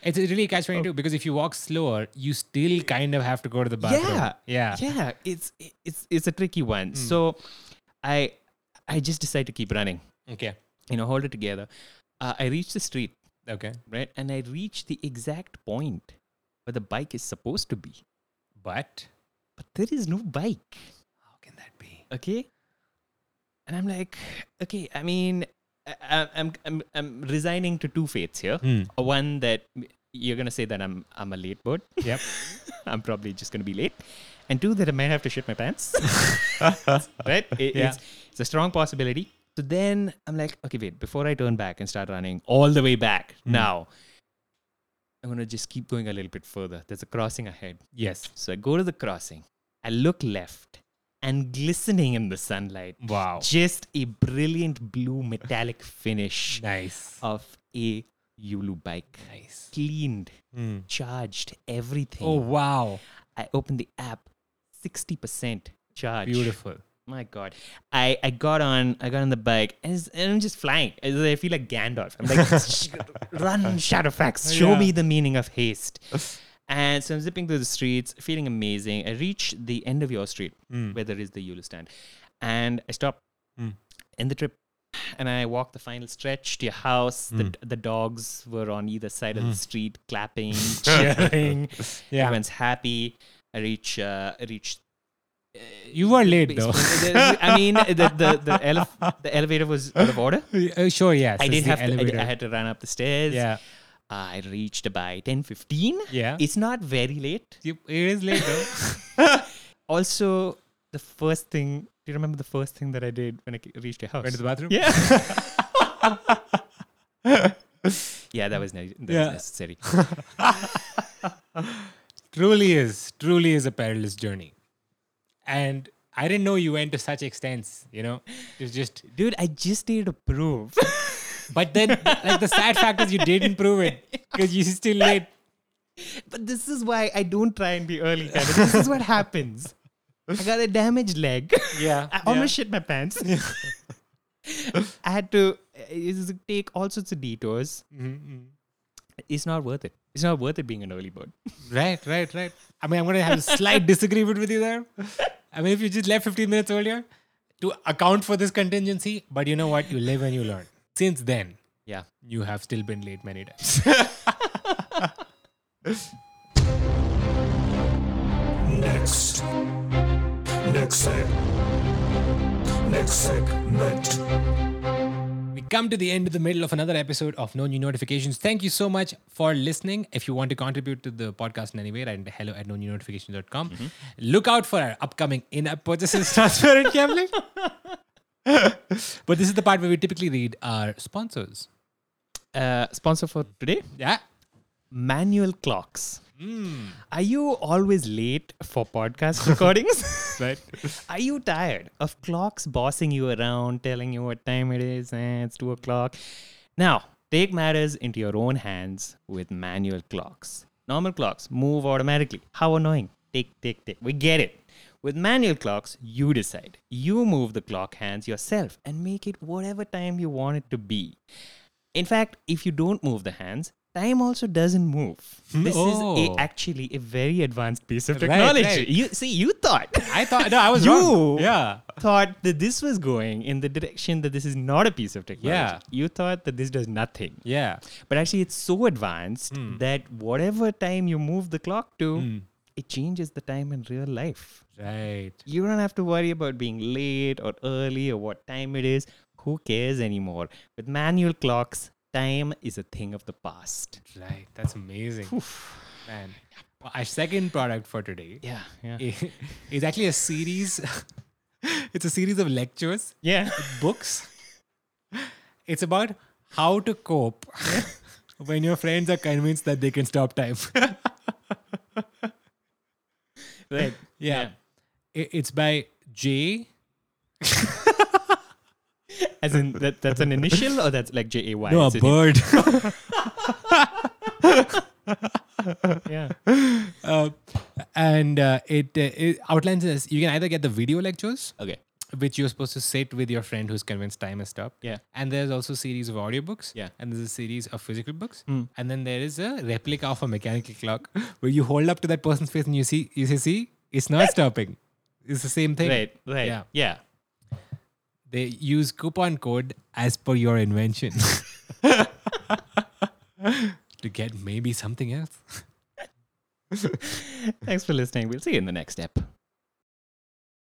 S4: It's really catch twenty two because if you walk slower, you still kind of have to go to the bathroom.
S3: yeah,
S4: Yeah. Hmm.
S3: yeah. It's it's it's a tricky one. So, I I just decide to keep running.
S4: Okay.
S3: You know, hold it together. Uh, I reach the street,
S4: Okay.
S3: right, and I reach the exact point where the bike is supposed to be,
S4: But
S3: but there is no bike.
S4: how can that be?
S3: okay and i'm like okay
S4: Hmm.
S3: i mean I, I- I'm, I'm i'm resigning to two fates here Uh, one that m- you're gonna say that I'm I'm a late bird.
S4: Yep.
S3: I'm probably just gonna be late, and two that I might have to shit my pants. right? It-
S4: Yeah.
S3: it's, it's a strong possibility. So then I'm like, okay, wait. Before I turn back and start running all the way back
S4: Hmm.
S3: now, I'm gonna just keep going a little bit further. There's a crossing ahead.
S4: Yes.
S3: So I go to the crossing. I look left, and glistening in the sunlight,
S4: Wow.
S3: just a brilliant blue metallic finish
S4: Nice.
S3: of a Yulu bike.
S4: Nice. Hmm.
S3: Cleaned, charged, everything.
S4: Oh wow.
S3: I opened the app, 60% charge.
S4: Beautiful.
S3: My God. I, I got on I got on the bike and, it's- and I'm just flying. It's- I feel like Gandalf. I'm like, "Sh- run, Shadowfax. Show
S4: Yeah.
S3: me the meaning of haste. And so I'm zipping through the streets, feeling amazing. I reach the end of your street where there is the Yulu stand. And I stop end the trip and I walked the final stretch to your house. The, the dogs were on either side of the street clapping, cheering.
S4: Yeah.
S3: Everyone's happy. I reach, uh, I reach.
S4: You were late though.
S3: I mean, the the the, elef- the elevator was out of order.
S4: Uh, sure. Yes.
S3: I
S4: it's
S3: did
S4: the
S3: have to, I, did-
S4: elevator.
S3: I had to run up the stairs.
S4: Yeah.
S3: I reached by ten fifteen.
S4: Yeah.
S3: It's not very late.
S4: You- It is late though.
S3: Also, the first thing. Do you remember the first thing that I did when I ca- reached your house?
S4: Went to the bathroom.
S3: Yeah. yeah, that was, ne- that was
S4: Yeah.
S3: necessary.
S4: Truly is. Truly is a perilous journey. And I didn't know you went to such extents. You know, it's just.
S3: Dude, I just needed to prove.
S4: But then, like the sad fact is, you didn't prove it because you're still late.
S3: but this is why I don't try and be early. Kind of. This is what happens. I got a damaged leg.
S4: Yeah.
S3: I almost shit my pants. I had to uh, is- take all sorts of detours. It's not worth it. It's not worth it being an early bird.
S4: Right, right, right. I mean, I'm going to have a slight disagreement with you there. I mean, if you just left 15 minutes earlier to account for this contingency, but you know what? You live and you learn. Since then,
S3: Yeah.
S4: you have still been late many times.
S5: Next. Next seg. Next segment.
S4: We come to the end of the middle of another episode of No New Notifications. Thank you so much for listening. If you want to contribute to the podcast in any way, write into hello at no new notifications.com. Look out for our upcoming in app purchases, transparent gambling. but this is the part where we typically read our sponsors.
S3: Uh, sponsor for today
S4: Yeah.
S3: manual clocks. Are you always late for podcast recordings?
S4: Right.
S3: Are you tired of clocks bossing you around, telling you what time it is? Eh, it's two o'clock. Now, take matters into your own hands with manual clocks. Normal clocks move automatically. How annoying. Tick, tick, tick. We get it. With manual clocks, you decide. You move the clock hands yourself and make it whatever time you want it to be. In fact, if you don't move the hands, time also doesn't move. This is
S4: Oh.
S3: a, actually a very advanced piece of
S4: Right,
S3: technology.
S4: right.
S3: You see, you thought
S4: I thought, no, I was
S3: You-
S4: wrong. Yeah.
S3: thought that this was going in the direction that this is not a piece of technology.
S4: Yeah.
S3: You thought that this does nothing.
S4: Yeah.
S3: But actually, it's so advanced
S4: Hmm.
S3: that whatever time you move the clock to, it changes the time in real life.
S4: Right.
S3: You don't have to worry about being late or early or what time it is. Who cares anymore? With manual clocks, time is a thing of the past.
S4: Right. That's amazing. Man. Well, our second product for today
S3: Yeah. Yeah.
S4: i- is actually a series. it's a series of lectures,
S3: yeah.
S4: books. It's about how to cope when your friends are convinced that they can stop time.
S3: Right.
S4: yeah. I- It's by J.
S3: As in, that, that's an initial or that's like J A Y?
S4: No, a
S3: It's a-
S4: bird.
S3: Yeah.
S4: Uh, and uh, it, uh, it outlines this. You can either get the video lectures,
S3: Okay.
S4: which you're supposed to sit with your friend who's convinced time has stopped.
S3: Yeah.
S4: And there's also a series of audiobooks.
S3: Yeah. Hmm.
S4: And there's a series of physical books. And then there is a replica of a mechanical clock where you hold up to that person's face and you see you say, see, it's not stopping. It's the same thing.
S3: Right. Right.
S4: Yeah.
S3: yeah.
S4: They use coupon code as per your invention. to get maybe something else.
S3: Thanks for listening. We'll see you in the next step.